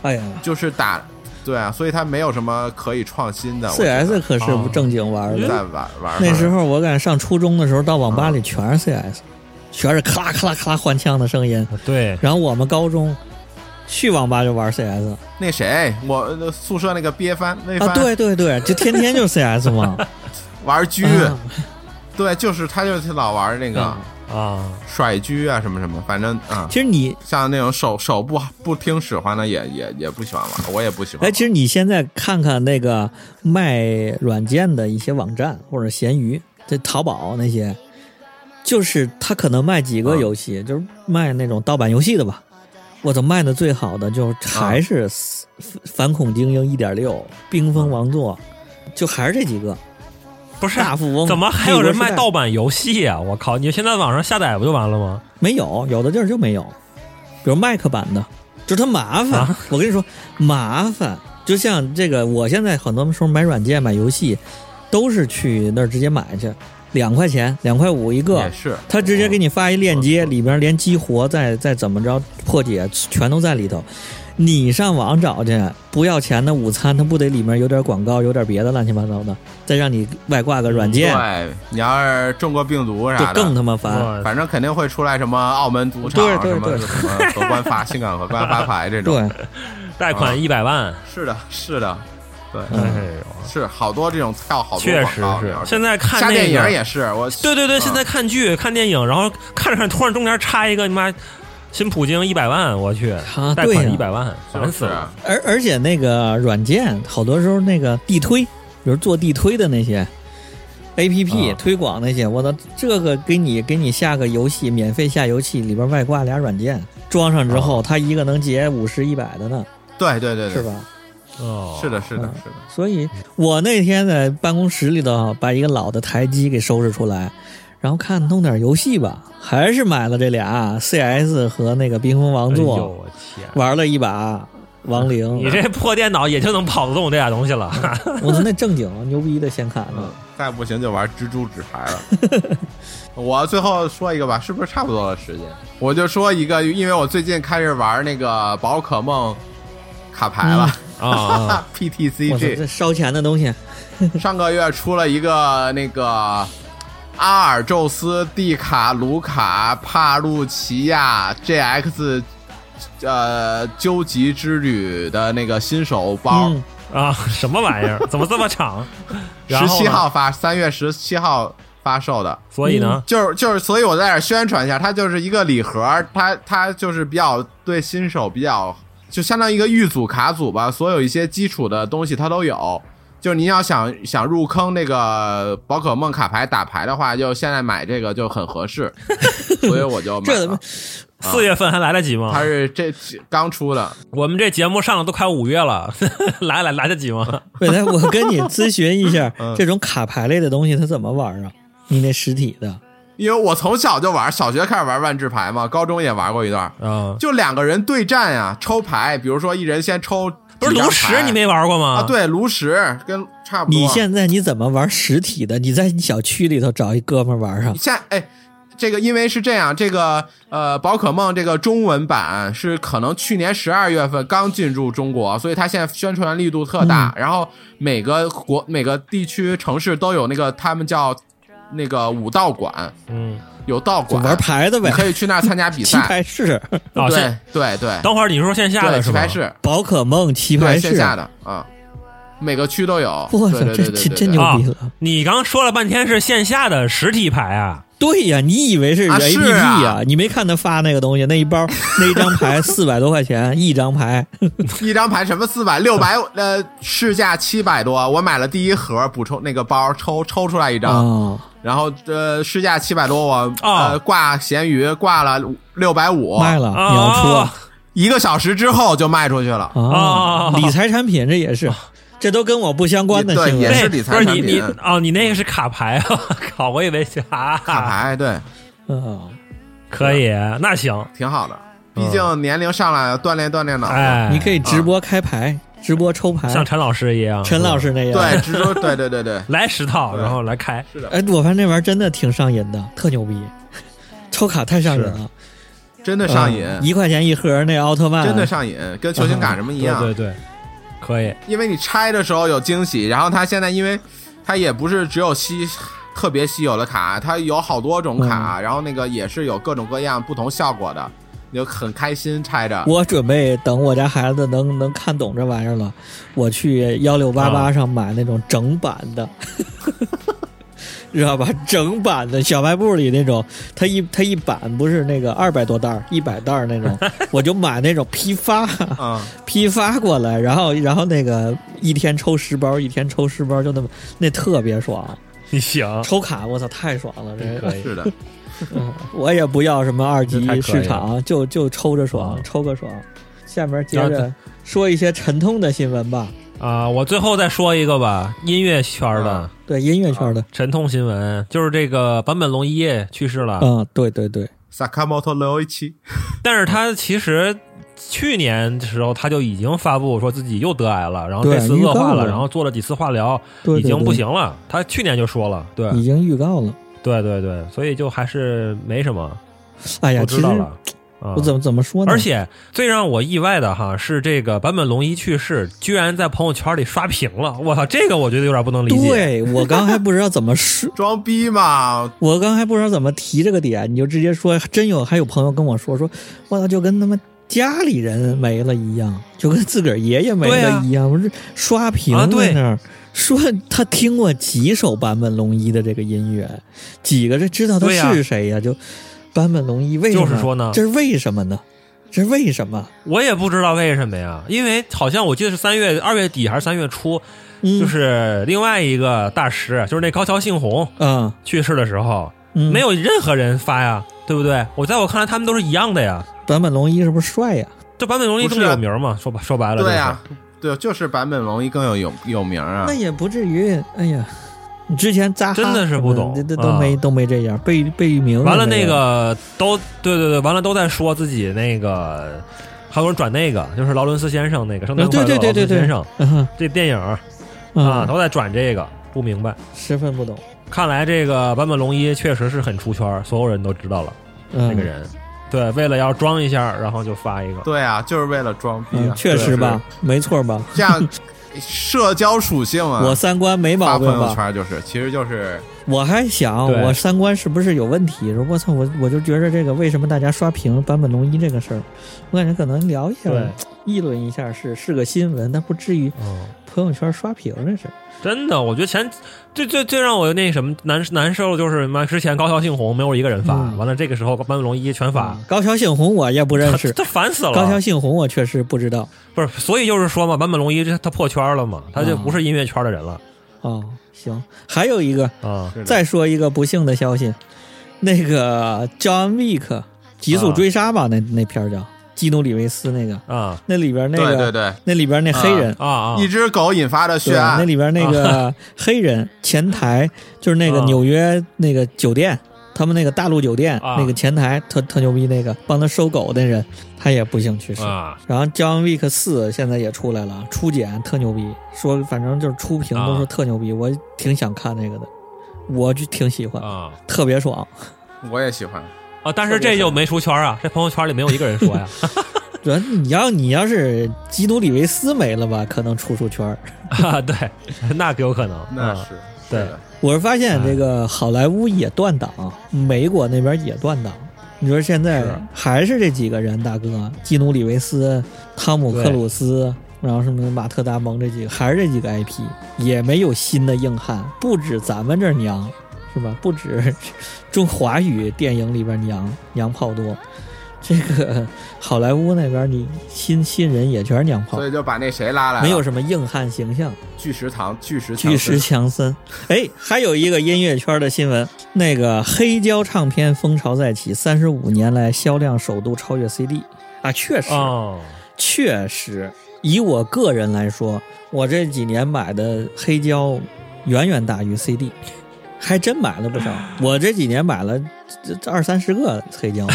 Speaker 2: 哎呀
Speaker 4: 就是打，对啊，所以他没有什么可以创新啊的。我觉得
Speaker 2: ，CS 可是不正经玩的。
Speaker 4: 在玩玩
Speaker 2: 嗯那时候我敢上初中的时候，到网吧里全是 CS，全是咔啦咔啦咔啦换枪的声音。
Speaker 3: 啊对，
Speaker 2: 然后我们高中去网吧就玩 CS
Speaker 4: 那谁，我呃宿舍那个憋翻那
Speaker 2: 啊，
Speaker 4: 番
Speaker 2: 对对对，就天天就 CS
Speaker 4: [LAUGHS]
Speaker 2: 嘛。
Speaker 4: 玩狙，
Speaker 2: 啊嗯
Speaker 4: 对，就是他就是老玩那个
Speaker 3: 啊，
Speaker 4: 甩狙啊什么什么，反正啊。
Speaker 2: 其实你
Speaker 4: 像那种手手不不听使唤的也也也不喜欢玩，我也不喜欢玩。
Speaker 2: 哎，其实你现在看看那个卖软件的一些网站或者闲鱼、这淘宝那些，就是他可能卖
Speaker 3: 啊
Speaker 2: 几个游戏，就是卖那种盗版游戏的吧。我操，卖的最好的就是还是
Speaker 3: 啊
Speaker 2: 反《反恐精英》一点六，《冰封王座》，就还是这几个
Speaker 3: 不是
Speaker 4: 啊
Speaker 2: 大富翁。
Speaker 3: 哎怎么还有人卖
Speaker 2: 帝国
Speaker 3: 盗
Speaker 2: 时代？
Speaker 3: 版游戏啊？我靠！你现在网上下载不就完了吗？
Speaker 2: 没有，有的地儿就没有，比如麦克版的，就是它麻烦。
Speaker 3: 啊
Speaker 2: 我跟你说，麻烦。就像这个，我现在很多时候买软件、买游戏，都是去那儿直接买去，两块钱、两块五一个
Speaker 4: 也，是，
Speaker 2: 他直接给你发一链接，里边连激活再再怎么着破解，全都在里头。你上网找去，不要钱的午餐，它不得里面有点广告，有点别的乱七八糟的，再让你外挂个软件，
Speaker 4: 对，你要是中过病毒
Speaker 2: 就
Speaker 4: 啥
Speaker 2: 更
Speaker 4: 的，
Speaker 2: 他妈烦。
Speaker 3: 哇
Speaker 4: 反正肯定会出来什么澳门赌场
Speaker 2: 对对
Speaker 4: 什么
Speaker 2: 对
Speaker 4: 什么荷官发香港荷官发牌这种。
Speaker 2: 对，
Speaker 3: 贷款一百万，
Speaker 4: 是的，是的，对，
Speaker 3: 哎
Speaker 2: 嗯
Speaker 3: 呦，
Speaker 4: 是好多这种跳好多
Speaker 3: 确
Speaker 4: 广
Speaker 3: 实
Speaker 4: 告。你
Speaker 3: 是
Speaker 4: 要。
Speaker 3: 现在看
Speaker 4: 下
Speaker 3: 那
Speaker 4: 电
Speaker 3: 个
Speaker 4: 影也是，我
Speaker 3: 对对对，
Speaker 4: 嗯
Speaker 3: 现在看剧、看电影，然后看着看着，突然中间插一个你妈新普京一百万，我去，
Speaker 2: 啊
Speaker 3: 贷
Speaker 2: 对呀
Speaker 3: 款一百万，烦死了。
Speaker 2: 而而且那个软件，好多时候那个地推，比如做地推的那些 A P P、
Speaker 4: 啊
Speaker 2: 推广那些，我操，这个给你给你下个游戏，免费下游戏里边外挂俩软件，装上之
Speaker 3: 啊
Speaker 2: 后，它一个能结五十一百的呢，
Speaker 4: 对对对
Speaker 2: 是
Speaker 4: 对，
Speaker 2: 吧？
Speaker 3: 哦，
Speaker 4: 是啊的，是的
Speaker 2: 嗯，
Speaker 4: 是的。
Speaker 2: 所以我那天在办公室里头把一个老的台机给收拾出来，然后看弄点游戏吧，还是买了这俩 C S 和那个冰封王
Speaker 3: 哎呦，
Speaker 2: 座，
Speaker 3: 我天，
Speaker 2: 玩了一把亡灵。
Speaker 3: 你这破电脑也就能跑得动这俩东西了。
Speaker 2: 我操，那正经牛逼的显卡
Speaker 3: 啊
Speaker 2: 呢？
Speaker 4: 嗯，再不行就玩蜘蛛纸牌了。
Speaker 3: [LAUGHS]
Speaker 4: 我最后说一个吧，是不是差不多了时间？我就说一个，因为我最近开始玩那个宝可梦卡牌了、
Speaker 3: 啊
Speaker 4: [LAUGHS]
Speaker 3: 啊，
Speaker 2: [LAUGHS] 我操，
Speaker 4: ，PTCG。
Speaker 2: 这烧钱的东西，
Speaker 4: 上个月出了一个那个阿尔宙斯、蒂卡、卢卡、帕路奇亚 GX。呃，究极之旅的那个新手包，
Speaker 2: 嗯，
Speaker 3: 啊，什么玩意儿？怎么这么长？然
Speaker 4: [LAUGHS] 十
Speaker 3: 后
Speaker 4: 七、
Speaker 3: 呢，
Speaker 4: 号嗯发，三月十七号发售的。
Speaker 3: 所以呢，
Speaker 4: [LAUGHS] 就是就是，所以我在这儿宣传一下，它就是一个礼盒，它它就是比较对新手比较，就相当于一个预组卡组吧，所有一些基础的东西它都有。就是你要想想入坑那个宝可梦卡牌打牌的话，就现在买这个就很
Speaker 3: [LAUGHS]
Speaker 4: 合适，所以我就买
Speaker 2: 这怎么
Speaker 4: 了。
Speaker 3: 四月份还来得及吗
Speaker 4: 它？是这刚出的，
Speaker 3: 我们这节目上了都快五月了， [LAUGHS] 来来来得及
Speaker 4: [LAUGHS]
Speaker 3: 吗？
Speaker 2: 本来我跟你咨询一下
Speaker 4: 嗯，
Speaker 2: 这种卡牌类的东西它怎么玩啊？你那实体的，
Speaker 4: 因为我从小就玩，小学开始玩万智牌嘛，高中也玩过一段，
Speaker 3: 啊，
Speaker 4: 就两个人对战呀、抽牌，比如说一人先抽
Speaker 3: [LAUGHS] 不是
Speaker 4: 几张
Speaker 3: 炉石
Speaker 4: 牌
Speaker 3: 你没玩过吗？
Speaker 4: 啊？对，炉石跟差不多。
Speaker 2: 你现在你怎么玩实体的？你在你小区里头找一哥们儿玩啊？
Speaker 4: 下哎，这个因为是这样，这个呃，宝可梦这个中文版是可能去年十二月份刚进入中国，所以它现在宣传力度特大。
Speaker 2: 嗯
Speaker 4: 然后每个国每个地区城市都有那个他们叫那个武道馆，
Speaker 3: 嗯，
Speaker 4: 有道
Speaker 2: 就
Speaker 4: 馆，
Speaker 2: 玩牌的
Speaker 4: 你
Speaker 2: 呗，
Speaker 4: 可以去那儿参加比
Speaker 2: 棋
Speaker 4: 赛。
Speaker 2: 牌室、
Speaker 3: 哦，
Speaker 4: 对
Speaker 3: 线
Speaker 4: 对对，
Speaker 3: 等会儿你说线下
Speaker 4: 对
Speaker 3: 的是
Speaker 4: 棋
Speaker 3: 吧
Speaker 4: 牌？室，
Speaker 2: 宝可梦棋
Speaker 4: 对
Speaker 2: 牌
Speaker 4: 线
Speaker 2: 室，
Speaker 4: 下的啊，每个区都有。
Speaker 2: 我
Speaker 4: 对
Speaker 2: 操，
Speaker 4: 对对
Speaker 2: 这
Speaker 4: 对
Speaker 2: 这
Speaker 4: 对
Speaker 2: 真
Speaker 4: 对
Speaker 2: 牛
Speaker 3: 啊
Speaker 2: 逼了！
Speaker 3: 你刚说了半天是线下的实体牌啊，
Speaker 2: 对呀，你以为是
Speaker 4: 啊
Speaker 2: A P
Speaker 4: 是
Speaker 2: P
Speaker 4: 啊
Speaker 2: 呀？你没看他发那个东西，那一包那一张牌四百多块钱一张牌，
Speaker 4: 一张牌什么四百六百，呃，市价七百多，我买了第一盒补充那个包，抽抽出来一张，
Speaker 3: 嗯
Speaker 2: 哦，
Speaker 4: 然后呃市价七百多，我、
Speaker 3: 哦
Speaker 4: 呃挂闲鱼挂了六百五，
Speaker 2: 卖了，
Speaker 3: 啊
Speaker 2: 你要出啊
Speaker 4: 一个小时之后就卖出去了。
Speaker 3: 哦
Speaker 2: 理财产品这也是，这都跟我不相关的
Speaker 4: 对
Speaker 2: 新
Speaker 4: 也
Speaker 2: 闻。
Speaker 4: 是
Speaker 3: 那
Speaker 4: 哎理财
Speaker 3: 不是
Speaker 4: 产
Speaker 3: 你
Speaker 4: 品
Speaker 3: 你哦，你那个是卡牌啊！ [LAUGHS] 靠，我以为是啊，
Speaker 4: 卡牌对，
Speaker 2: 嗯，
Speaker 3: 可以，那行，
Speaker 4: 挺好的，毕竟年龄上来了，锻炼锻炼脑子。
Speaker 3: 嗯哎，
Speaker 2: 你可以直播开牌，直播抽牌，
Speaker 3: 像陈老师一样，
Speaker 2: 陈老师那样。
Speaker 4: 对，蜘蛛，对对对对，
Speaker 3: 来十套，
Speaker 4: 对
Speaker 3: 然后来开，
Speaker 2: 哎，我发现那玩意儿真的挺上瘾的，特牛逼，抽卡太上瘾了，
Speaker 4: 真的上瘾，
Speaker 2: 嗯一块钱一盒那奥特曼，
Speaker 4: 真的上瘾，跟球星卡什么一
Speaker 3: 对
Speaker 4: 样。
Speaker 3: 对对，可以，
Speaker 4: 因为你拆的时候有惊喜，然后它现在因为它也不是只有稀特别稀有的卡，它有好多种
Speaker 2: 嗯
Speaker 4: 卡，然后那个也是有各种各样不同效果的，你就很开心拆着。
Speaker 2: 我准备等我家孩子能能看懂这玩意儿了，我去幺六八八
Speaker 3: 啊
Speaker 2: 上买那种整版的， [LAUGHS] 知道吧？整版的小卖部里那种，它一它一版不是那个二百多袋儿、一百袋儿那种，我就买那种批发
Speaker 4: 嗯，
Speaker 2: 批发过来，然后然后那个一天抽十包，一天抽十包，就那么那特别爽。
Speaker 3: 你行，
Speaker 2: 抽卡，我操，太爽了！这
Speaker 3: 可以，
Speaker 4: 是的，
Speaker 2: 我也不要什么二级
Speaker 3: 这太可以
Speaker 2: 市场，就就抽着爽
Speaker 3: 嗯，
Speaker 2: 抽个爽。下面接
Speaker 3: 然后
Speaker 2: 着说一些沉痛的新闻吧，
Speaker 3: 啊、我最后再说一个吧，音乐圈的
Speaker 4: 啊
Speaker 2: 对音乐圈的，
Speaker 3: 沉痛新闻，就是这个坂本龙一去世了，
Speaker 2: 嗯，对对对，
Speaker 4: 萨卡莫托留一期，
Speaker 3: 但是他其实去年的时候他就已经发布说自己又得癌了，然后这次
Speaker 2: 对预告
Speaker 3: 恶化
Speaker 2: 了
Speaker 3: 了，然后做了几次化疗，
Speaker 2: 对嗯
Speaker 3: 已经不，行
Speaker 2: 对
Speaker 3: 了。他去年就说了，对
Speaker 2: 对已经预告了。
Speaker 3: 对对对，所以就还是没什么，
Speaker 2: 哎呀，
Speaker 3: 我
Speaker 2: 其
Speaker 3: 知
Speaker 2: 实
Speaker 3: 道了。啊
Speaker 2: 我怎么怎么说呢？
Speaker 3: 而且最让我意外的哈是这个坂本龙一去世，居然在朋友圈里刷屏了。我操，这个我觉得有点不能理解。
Speaker 2: 对我刚还不知道怎么说，
Speaker 4: 装逼嘛，
Speaker 2: 我刚还不知道怎么提这个点，你就直接说，真有还有朋友跟我说说，我操，就跟他们家里人没了一样，就跟自个儿爷爷没
Speaker 3: 对啊
Speaker 2: 了一样，不是刷屏
Speaker 3: 啊
Speaker 2: 在
Speaker 3: 对
Speaker 2: 那儿、说他听过几首坂本龙一的这个音乐，几个这知道他
Speaker 3: 对呀
Speaker 2: 是谁呀、就坂本龙一为什么？
Speaker 3: 就是说呢
Speaker 2: 这是为什么呢？这是为什么？
Speaker 3: 我也不知道为什么呀，因为好像我记得是三月二月底还是三月初，
Speaker 2: 嗯，
Speaker 3: 就是另外一个大师，就是那高桥幸宏
Speaker 2: 啊、
Speaker 3: 去世的时候，
Speaker 2: 嗯，
Speaker 3: 没有任何人发呀，对不对？我在我看来，他们都是一样的呀。
Speaker 2: 坂本龙一是不是帅呀、
Speaker 3: 这坂本龙一这
Speaker 4: 不是
Speaker 2: 啊
Speaker 3: 么有名嘛？说白说白了，
Speaker 4: 对
Speaker 3: 呀、
Speaker 4: 啊，对，就是版本龙一更有有有名啊
Speaker 2: 那。也不至于，哎呀。你之前扎哈
Speaker 3: 真的是不懂
Speaker 2: 这这都没、
Speaker 3: 啊
Speaker 2: 都没这样，被被名人
Speaker 3: 完了
Speaker 2: 这
Speaker 3: 那
Speaker 2: 样
Speaker 3: 个都对对对，完了都在说自己那个，还有人转那个，就是劳伦斯先生那个《圣诞
Speaker 2: 啊
Speaker 3: 快
Speaker 2: 对
Speaker 3: 乐》
Speaker 2: 对对对对
Speaker 3: 劳伦斯先生
Speaker 2: 啊
Speaker 3: 这电影儿啊，
Speaker 2: 啊，
Speaker 3: 都在转这个，不明白。
Speaker 2: 十分不懂。
Speaker 3: 看来这个坂本龙一确实是很出圈儿，所有人都知道了
Speaker 2: 嗯，
Speaker 3: 那个人。对，为了要装一下，然后就发一个。
Speaker 4: 对啊，就是为了装
Speaker 3: 哎
Speaker 4: 逼啊
Speaker 2: 嗯，，确实吧，没错吧？
Speaker 4: 这样社交属性啊，
Speaker 2: 我三观没
Speaker 4: 发
Speaker 2: 毛
Speaker 4: 朋
Speaker 2: 病吧？
Speaker 4: 友圈就是，其实就是
Speaker 2: 我还想
Speaker 3: 对
Speaker 2: 我三观是不是有问题？我操，我我就觉着这个为什么大家刷屏坂本龙一这个事儿，我感觉可能聊一下
Speaker 3: 对，
Speaker 2: 议论一下是是个新闻，但不至于
Speaker 3: 嗯，
Speaker 2: 朋友圈刷屏这是。
Speaker 3: 真的，我觉得前最最最让我那什么难难受的就是妈之前高桥幸宏没有一个人发，
Speaker 2: 嗯
Speaker 3: 完了这个时候坂本龙一全发
Speaker 2: 啊，高桥幸宏我也不认识，
Speaker 3: 他他烦死了。
Speaker 2: 高桥幸宏我确实不知道
Speaker 3: 不是，所以就是说嘛，坂本龙一这他破圈了嘛，他就
Speaker 2: 嗯
Speaker 3: 不是音乐圈的人了
Speaker 2: 哦。行，还有一个，
Speaker 3: 啊。
Speaker 4: 是的
Speaker 2: 再说一个不幸的消息，那个 John Wick 极速追杀
Speaker 4: 啊
Speaker 2: 吧，那那片儿叫基努里维斯那个，
Speaker 3: 啊
Speaker 2: 那里边那个
Speaker 4: 对对对，
Speaker 2: 那里边那黑人，
Speaker 3: 啊啊！
Speaker 4: 一只狗引发的
Speaker 2: 对
Speaker 4: 血案啊
Speaker 2: 那，里边那个 [LAUGHS] 黑人前台就是那个
Speaker 3: 啊
Speaker 2: 纽约那个酒店，他们那个大陆酒店、
Speaker 3: 啊
Speaker 2: 那个前台特特牛逼，那个帮他收狗那人，他也不幸去世。
Speaker 3: 啊，
Speaker 2: 然后《John Wick 四》现在也出来了，初剪特牛逼，说反正就是初评都说
Speaker 3: 啊
Speaker 2: 特牛逼，我挺想看那个的，我就挺喜欢，
Speaker 3: 啊
Speaker 2: 特别爽。
Speaker 4: 我也喜欢。
Speaker 3: 啊！但是这就没出圈啊，这朋友圈里没有一个
Speaker 2: [LAUGHS]
Speaker 3: 人说呀。
Speaker 2: 主要你要你要是基努里维斯没了吧，可能出出圈儿。
Speaker 3: 啊，对，那有可能。
Speaker 4: 那
Speaker 3: 嗯
Speaker 4: 是
Speaker 3: 对
Speaker 4: 是的
Speaker 2: 我是发现这个好莱坞也断档，美国那边也断档。你说现在
Speaker 3: 是
Speaker 2: 还是这几个人，大哥，基努里维斯、汤姆克鲁斯，然后什么马特达蒙这几个，还是这几个 IP，也没有新的硬汉，不止咱们这儿娘，是吧？不止 [LAUGHS] 中华语电影里边娘娘炮多，这个好莱坞那边你新新人也全是娘炮
Speaker 4: 所，以就把那谁拉来了，
Speaker 2: 没有什么硬汉形象。
Speaker 4: 巨石堂，巨石
Speaker 2: 巨石强森，哎，还有一个音乐圈的新闻，那个黑胶唱片风潮再起，三十五年来销量首度超越 CD 啊，确实，
Speaker 3: 哦，
Speaker 2: 确实，以我个人来说，我这几年买的黑胶远远大于 CD，还真买了不少。我这几年买了这这二三十个黑胶，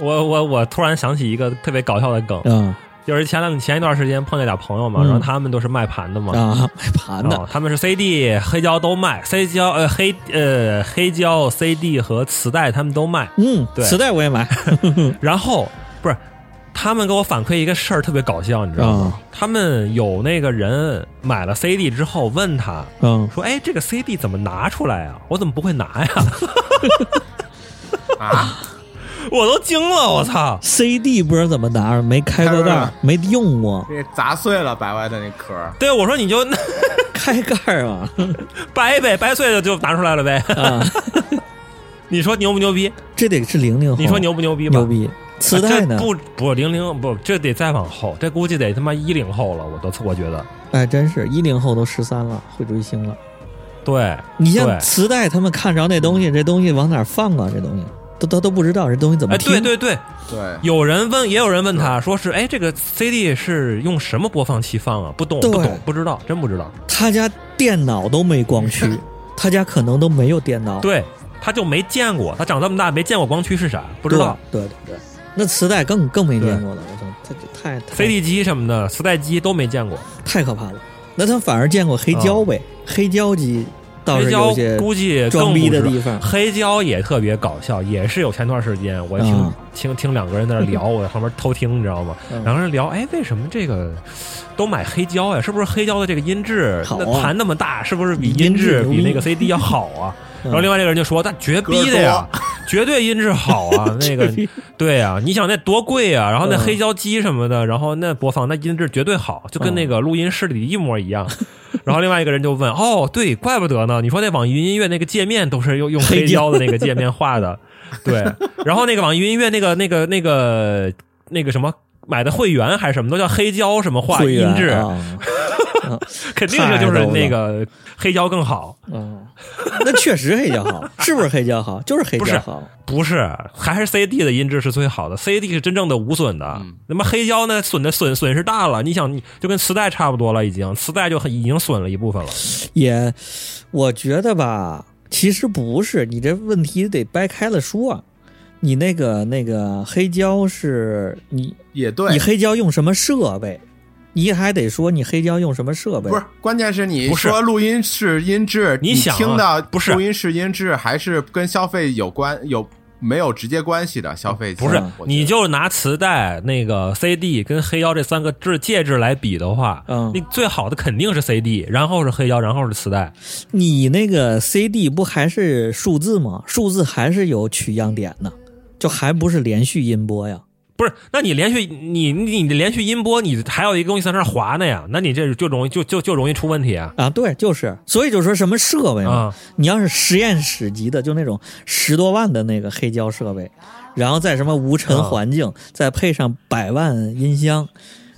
Speaker 3: 我我我突然想起一个特别搞笑的梗，
Speaker 2: 嗯
Speaker 3: 就是前两前一段时间碰见俩朋友嘛，
Speaker 2: 嗯
Speaker 3: 然后他们都是卖盘的嘛，
Speaker 2: 啊，买盘的
Speaker 3: 哦，他们是 CD 黑胶都卖，C 胶呃黑呃黑胶 CD 和磁带他们都卖，
Speaker 2: 嗯，
Speaker 3: 对
Speaker 2: 磁带我也买，嗯
Speaker 3: 然后不是他们给我反馈一个事儿特别搞笑，你知道吗？
Speaker 2: 啊
Speaker 3: 他们有那个人买了 CD 之后问他
Speaker 2: 嗯，
Speaker 3: 说：“哎，这个 CD 怎么拿出来啊？我怎么不会拿呀？ [LAUGHS]
Speaker 4: 啊，
Speaker 3: 我都惊了，我操！
Speaker 2: CD 不知道怎么拿，没开过盖
Speaker 4: 开过
Speaker 2: 儿
Speaker 4: 盖，
Speaker 2: 没用过，
Speaker 4: 那砸碎了白外的那壳儿，
Speaker 3: 对我说你就
Speaker 2: 开盖儿啊嘛，
Speaker 3: 掰呗，掰碎了就拿出来了呗。
Speaker 2: 啊，
Speaker 3: 你说牛不牛逼？
Speaker 2: 这得是零零后，
Speaker 3: 你说牛不牛逼吧？啊
Speaker 2: 牛逼，磁带呢
Speaker 3: 这？不不零零不，这得再往后，这估计得他妈一零后了，我都我觉得。
Speaker 2: 哎，真是一零后都十三了，会追星了。
Speaker 3: 对，
Speaker 2: 你像
Speaker 3: 对嗯
Speaker 2: 磁带，他们看着那东西，这东西往哪儿放啊？这东西都都都不知道，这东西怎么
Speaker 3: 哎，
Speaker 2: 听？
Speaker 3: 对对对，
Speaker 4: 对，
Speaker 3: 有人问，也有人问他说是，哎，这个 CD 是用什么播放器放啊？不懂，
Speaker 2: 对
Speaker 3: 不懂，不知道，真不知道。
Speaker 2: 他家电脑都没光
Speaker 3: [LAUGHS]
Speaker 2: 驱，他家可能都没有电脑，
Speaker 3: 对，他就没见过，他长这么大没见过光驱是啥，不
Speaker 2: 不
Speaker 3: 知道。。
Speaker 2: 对对对，那磁带更更没见过了，我操，他这太太
Speaker 3: CD 机什么的，磁带机都没见过，
Speaker 2: 太可怕了。那他反而见过黑胶呗，黑胶机倒
Speaker 3: 啊黑
Speaker 2: 是
Speaker 3: 胶
Speaker 2: 有些
Speaker 3: 估计更
Speaker 2: 装
Speaker 3: 不
Speaker 2: 逼的
Speaker 3: 知道
Speaker 2: 地方
Speaker 3: 黑胶也特别搞笑，也是有前段时间我听、
Speaker 2: 嗯
Speaker 3: 听听两个人在那聊，
Speaker 2: [LAUGHS]
Speaker 3: 我在旁边偷听，你知道吗？
Speaker 2: 嗯
Speaker 3: 两个人聊，哎，为什么这个都买黑胶呀？是不是黑胶的这个音质，
Speaker 2: 好啊
Speaker 3: 那盘那么大，是不是比
Speaker 2: 音
Speaker 3: 音
Speaker 2: 质
Speaker 3: 质
Speaker 2: 牛
Speaker 3: 比那
Speaker 2: 逼
Speaker 3: 个 CD 要好啊？
Speaker 2: 嗯
Speaker 3: 然后另外这个人就说：“那绝逼的呀，绝对音质好啊！那
Speaker 2: [LAUGHS]
Speaker 3: 个，对呀、你想那多贵呀、然后那
Speaker 2: 嗯
Speaker 3: 黑胶机什么的，然后那播放那音质绝对好，就跟那个录音室里一模
Speaker 2: [LAUGHS]
Speaker 3: 一样。然后另外一个人就问：“哦，对，怪不得呢！你说那网易云音乐那个界面都是用用
Speaker 2: 黑
Speaker 3: 黑胶的那个界面
Speaker 2: [LAUGHS]
Speaker 3: 画的，对。然后那个网易云音乐那个那个那个那个什么买的会员还是什么，都叫黑胶什么 [LAUGHS] 画
Speaker 2: 会员
Speaker 3: 音质，
Speaker 2: 啊
Speaker 3: 肯定是就是那个黑胶更好，
Speaker 2: 嗯， [LAUGHS] 那确实黑胶好，是不是黑胶好？就是黑
Speaker 3: 不是
Speaker 2: 胶好。
Speaker 3: 不是，还是 CD 的音质是最好的，CD 是真正的无损的。
Speaker 2: 嗯
Speaker 3: 那么黑胶呢，损的损损失大了。你想，你就跟磁带差不多了，已经磁带就很已经损了一部分了。
Speaker 2: 也，我觉得吧，其实不是，你这问题得掰开了说。你那个那个黑胶是你
Speaker 4: 也对
Speaker 2: 你，黑胶用什么设备？你还得说你黑胶用什么设备？
Speaker 4: 不是，关键是你
Speaker 3: 不是
Speaker 4: 说录音室音质，
Speaker 3: 你
Speaker 4: 你
Speaker 3: 想啊
Speaker 4: 听到
Speaker 3: 不是
Speaker 4: 录音室音质，还是跟消费有关有没有直接关系的？消费
Speaker 3: 不是
Speaker 4: 我觉，得
Speaker 3: 你就拿磁带、那个 CD 跟黑胶这三个质介质来比的话，
Speaker 2: 嗯
Speaker 3: 你最好的肯定是 CD，然后是黑胶，然后是磁带。
Speaker 2: 你那个 CD 不还是数字吗？数字还是有取样点呢，就还不是连续音波呀？
Speaker 3: 不是，那你连续你你你连续音波，你还有一个东西在那儿滑呢呀，那你这就容易就就就容易出问题啊。
Speaker 2: 啊，对，就是，所以就说什么设备嘛，
Speaker 3: 啊
Speaker 2: 你要是实验室级的，就那种十多万的那个黑胶设备，然后再什么无尘环
Speaker 3: 啊
Speaker 2: 境，再配上百万音箱，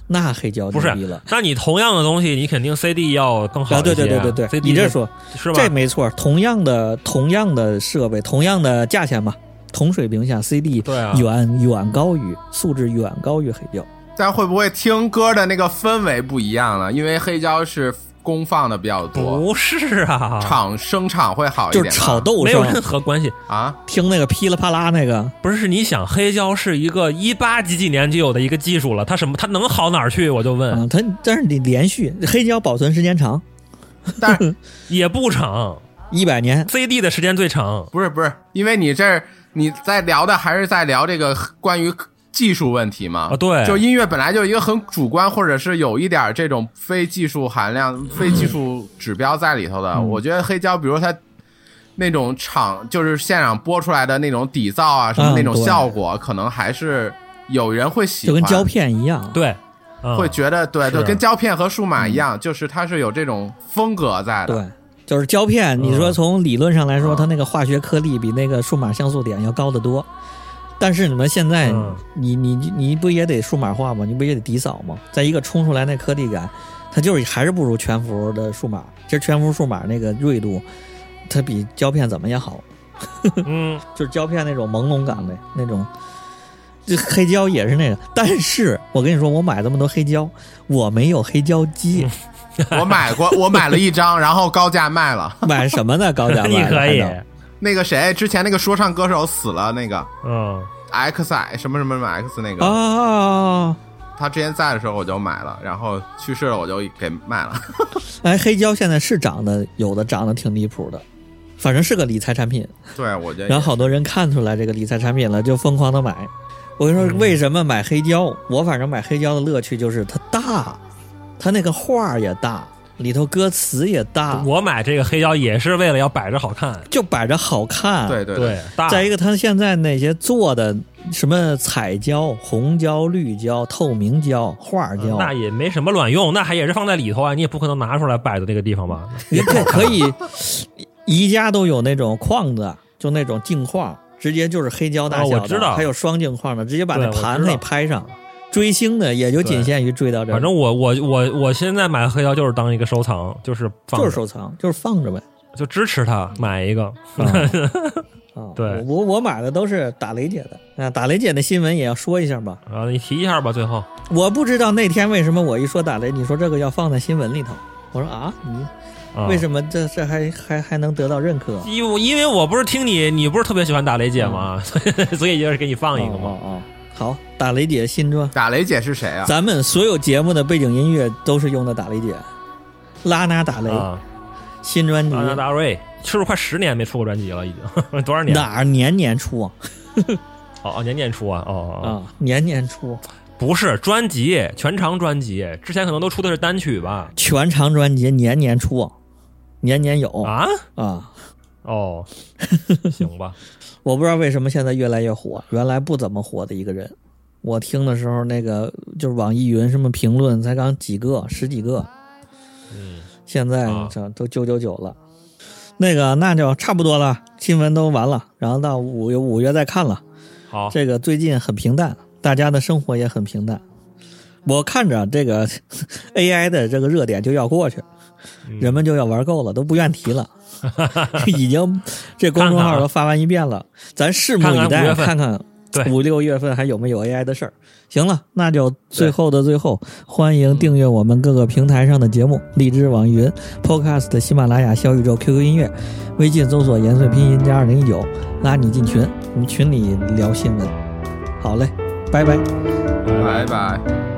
Speaker 2: 那黑胶牛
Speaker 3: 不是
Speaker 2: 逼了。，
Speaker 3: 那你同样的东西，你肯定 CD 要更好
Speaker 2: 啊，
Speaker 3: 一
Speaker 2: 对
Speaker 3: 些、
Speaker 2: 对对对对，
Speaker 3: CD
Speaker 2: 你这说
Speaker 3: 是吧？
Speaker 2: 这没错，同样的同样的设备，同样的价钱吧，同水平下，CD
Speaker 3: 对啊
Speaker 2: 远远高于素质，远高于黑胶。
Speaker 4: 但会不会听歌的那个氛围不一样了？因为黑胶是公放的比较多，
Speaker 3: 不是啊，
Speaker 4: 场声场会好一
Speaker 2: 就
Speaker 4: 点
Speaker 2: 是
Speaker 4: 吧，
Speaker 2: 炒豆
Speaker 3: 没有任
Speaker 2: 声，
Speaker 3: 何关系。
Speaker 4: 啊，
Speaker 2: 听那个噼里啪啦那个，
Speaker 3: 不是你想，黑胶是一个一八几几年就有的一个技术了，它什么它能好哪儿去？我就问，
Speaker 2: 啊，它但是你连续黑胶保存时间长，
Speaker 3: [LAUGHS]
Speaker 4: 但是，
Speaker 3: 也不长。
Speaker 2: 一百年，
Speaker 3: CD 的时间最长
Speaker 4: 不是不是，因为你这儿你在聊的还是在聊这个关于技术问题嘛？
Speaker 3: 啊对
Speaker 4: 就音乐本来就一个很主观，或者是有一点儿这种非技术含量、非技术指标在里头的。
Speaker 2: 嗯
Speaker 4: 我觉得黑胶，比如它。那种场就是现场播出来的那种底噪啊，什么
Speaker 2: 嗯
Speaker 4: 那种
Speaker 2: 对
Speaker 4: 效果，可能还是有人会喜
Speaker 2: 就
Speaker 4: 欢，
Speaker 2: 跟胶片一样。嗯
Speaker 3: 对，嗯
Speaker 4: 会觉得对，
Speaker 3: 是
Speaker 4: 对，跟胶片和数码一样，就是它是有这种风格在的。
Speaker 2: 对，就是胶片，你说
Speaker 3: 嗯
Speaker 2: 从理论上来说，
Speaker 4: 嗯
Speaker 2: 它那个化学颗粒比那个数码像素点要高得多。但是你们现在
Speaker 3: 嗯，
Speaker 2: 你你你你不也得数码化吗？你不也得底扫吗？再一个冲出来那颗粒感，它就是还是不如全幅的数码。其实全幅数码那个锐度，它比胶片怎么也好，
Speaker 3: 嗯
Speaker 2: 就是胶片那种朦胧感呗，那种。这黑胶也是那个，但是我跟你说，我买这么多黑胶，我没有黑胶机，
Speaker 3: [LAUGHS]
Speaker 4: 我买过，我买了一张，然后高价卖了。
Speaker 2: 买什么呢？高价
Speaker 3: [LAUGHS] 你
Speaker 2: 卖的
Speaker 3: 可以
Speaker 2: 还能，
Speaker 4: 那个谁，之前那个说唱歌手死了，那个
Speaker 3: 嗯
Speaker 4: XI 什么什么什么 X 那个，
Speaker 2: 啊！
Speaker 4: 他之前在的时候我就买了，然后去世了我就给卖了。 [LAUGHS]
Speaker 2: 哎，黑胶现在是涨的，有的涨得挺离谱的，反正是个理财产品。
Speaker 4: 对，我觉
Speaker 2: 然
Speaker 4: 得
Speaker 2: 后好多人看出来这个理财产品了，就疯狂的买。我跟你说，
Speaker 3: 嗯
Speaker 2: 为什么买黑胶？我反正买黑胶的乐趣就是它大，它那个画儿也大，里头歌词也大，
Speaker 3: 我买这个黑胶也是为了要摆着好看，
Speaker 2: 就摆着好看。
Speaker 4: 对对
Speaker 3: 对，大
Speaker 2: 再一个，它现在那些做的什么彩胶、红胶、绿胶、透明胶、画胶，
Speaker 3: 呃那也没什么卵用，那还也是放在里头啊，你也不可能拿出来摆在那个地
Speaker 2: [LAUGHS]
Speaker 3: 方吧？
Speaker 2: 你可可以，宜家都有那种框子，就那种镜框，直接就是黑胶大小的，
Speaker 3: 啊我知道
Speaker 2: 还有双镜框的，直接把那
Speaker 3: 对我
Speaker 2: 盘
Speaker 3: 知
Speaker 2: 子
Speaker 3: 道
Speaker 2: 给拍上。追星的也就仅限于追到这儿，
Speaker 3: [LAUGHS] 反正我我我我现在买黑胶就是当一个收藏，就是放
Speaker 2: 就是
Speaker 3: 着
Speaker 2: 收藏，就是放
Speaker 3: [LAUGHS]
Speaker 2: 着呗。
Speaker 3: 就支持它买一个，
Speaker 2: 啊，
Speaker 3: 对
Speaker 2: 我我我买的都是打雷姐的啊，打雷姐的新闻也要说一下吧。
Speaker 3: 然啊后你提一下吧，最后
Speaker 2: 我不知道那天为什么我一说打雷，你说这个要放在新闻里头，我说啊，你
Speaker 3: 啊
Speaker 2: 为什么这这还还还能得到认可？
Speaker 3: 因为因为我不是听你，你不是特别喜欢打雷姐吗？
Speaker 2: 嗯
Speaker 3: [LAUGHS] 所以就是给你放一个
Speaker 2: 哦
Speaker 3: 嘛。
Speaker 2: 哦哦好，打雷姐新专
Speaker 4: 打雷姐是谁啊？
Speaker 2: 咱们所有节目的背景音乐都是用的打雷姐，拉娜打雷、
Speaker 3: 啊，
Speaker 2: 新专辑
Speaker 3: 阿纳达瑞是不是快十年没出过专辑了？已经 [LAUGHS] 多少年？
Speaker 2: 哪儿年年出啊？
Speaker 3: 哦哦，年年出啊！哦哦，哦
Speaker 2: 啊，年年出，
Speaker 3: 不是专辑，全长专辑，之前可能都出的是单曲吧？
Speaker 2: 全长专辑年年出，年年有啊
Speaker 3: 啊，
Speaker 2: [LAUGHS]
Speaker 3: 哦，行吧，
Speaker 2: 我不知道为什么现在越来越火，原来不怎么火的一个人，我听的时候那个就是网易云什么评论才刚几个十几个，
Speaker 3: 嗯，
Speaker 2: 现在
Speaker 3: 啊
Speaker 2: 这都九九九了。那个那就差不多了，新闻都完了，然后到五月五月再看了。
Speaker 3: 好，
Speaker 2: 这个最近很平淡，大家的生活也很平淡。我看着这个 [LAUGHS] AI 的这个热点就要过去，
Speaker 3: 嗯
Speaker 2: 人们就要玩够了，都不愿提
Speaker 3: [LAUGHS]
Speaker 2: 了。已经这公众
Speaker 3: 看看
Speaker 2: 号
Speaker 3: 啊
Speaker 2: 都发完一遍了，咱拭目以
Speaker 3: 看看五
Speaker 2: 待，啊
Speaker 3: 月份
Speaker 2: 看看
Speaker 3: 对
Speaker 2: 五六月份还有没有 AI 的事儿。行了，那就最
Speaker 3: 对
Speaker 2: 后的最后，欢迎订阅我们各个平台上的节目：荔枝、网易云、Podcast、喜马拉雅、小宇宙、QQ 音乐、微信搜索“延岁拼音加二零一九”，拉你进群，我们群里聊新闻。好嘞，拜拜。
Speaker 4: 拜拜。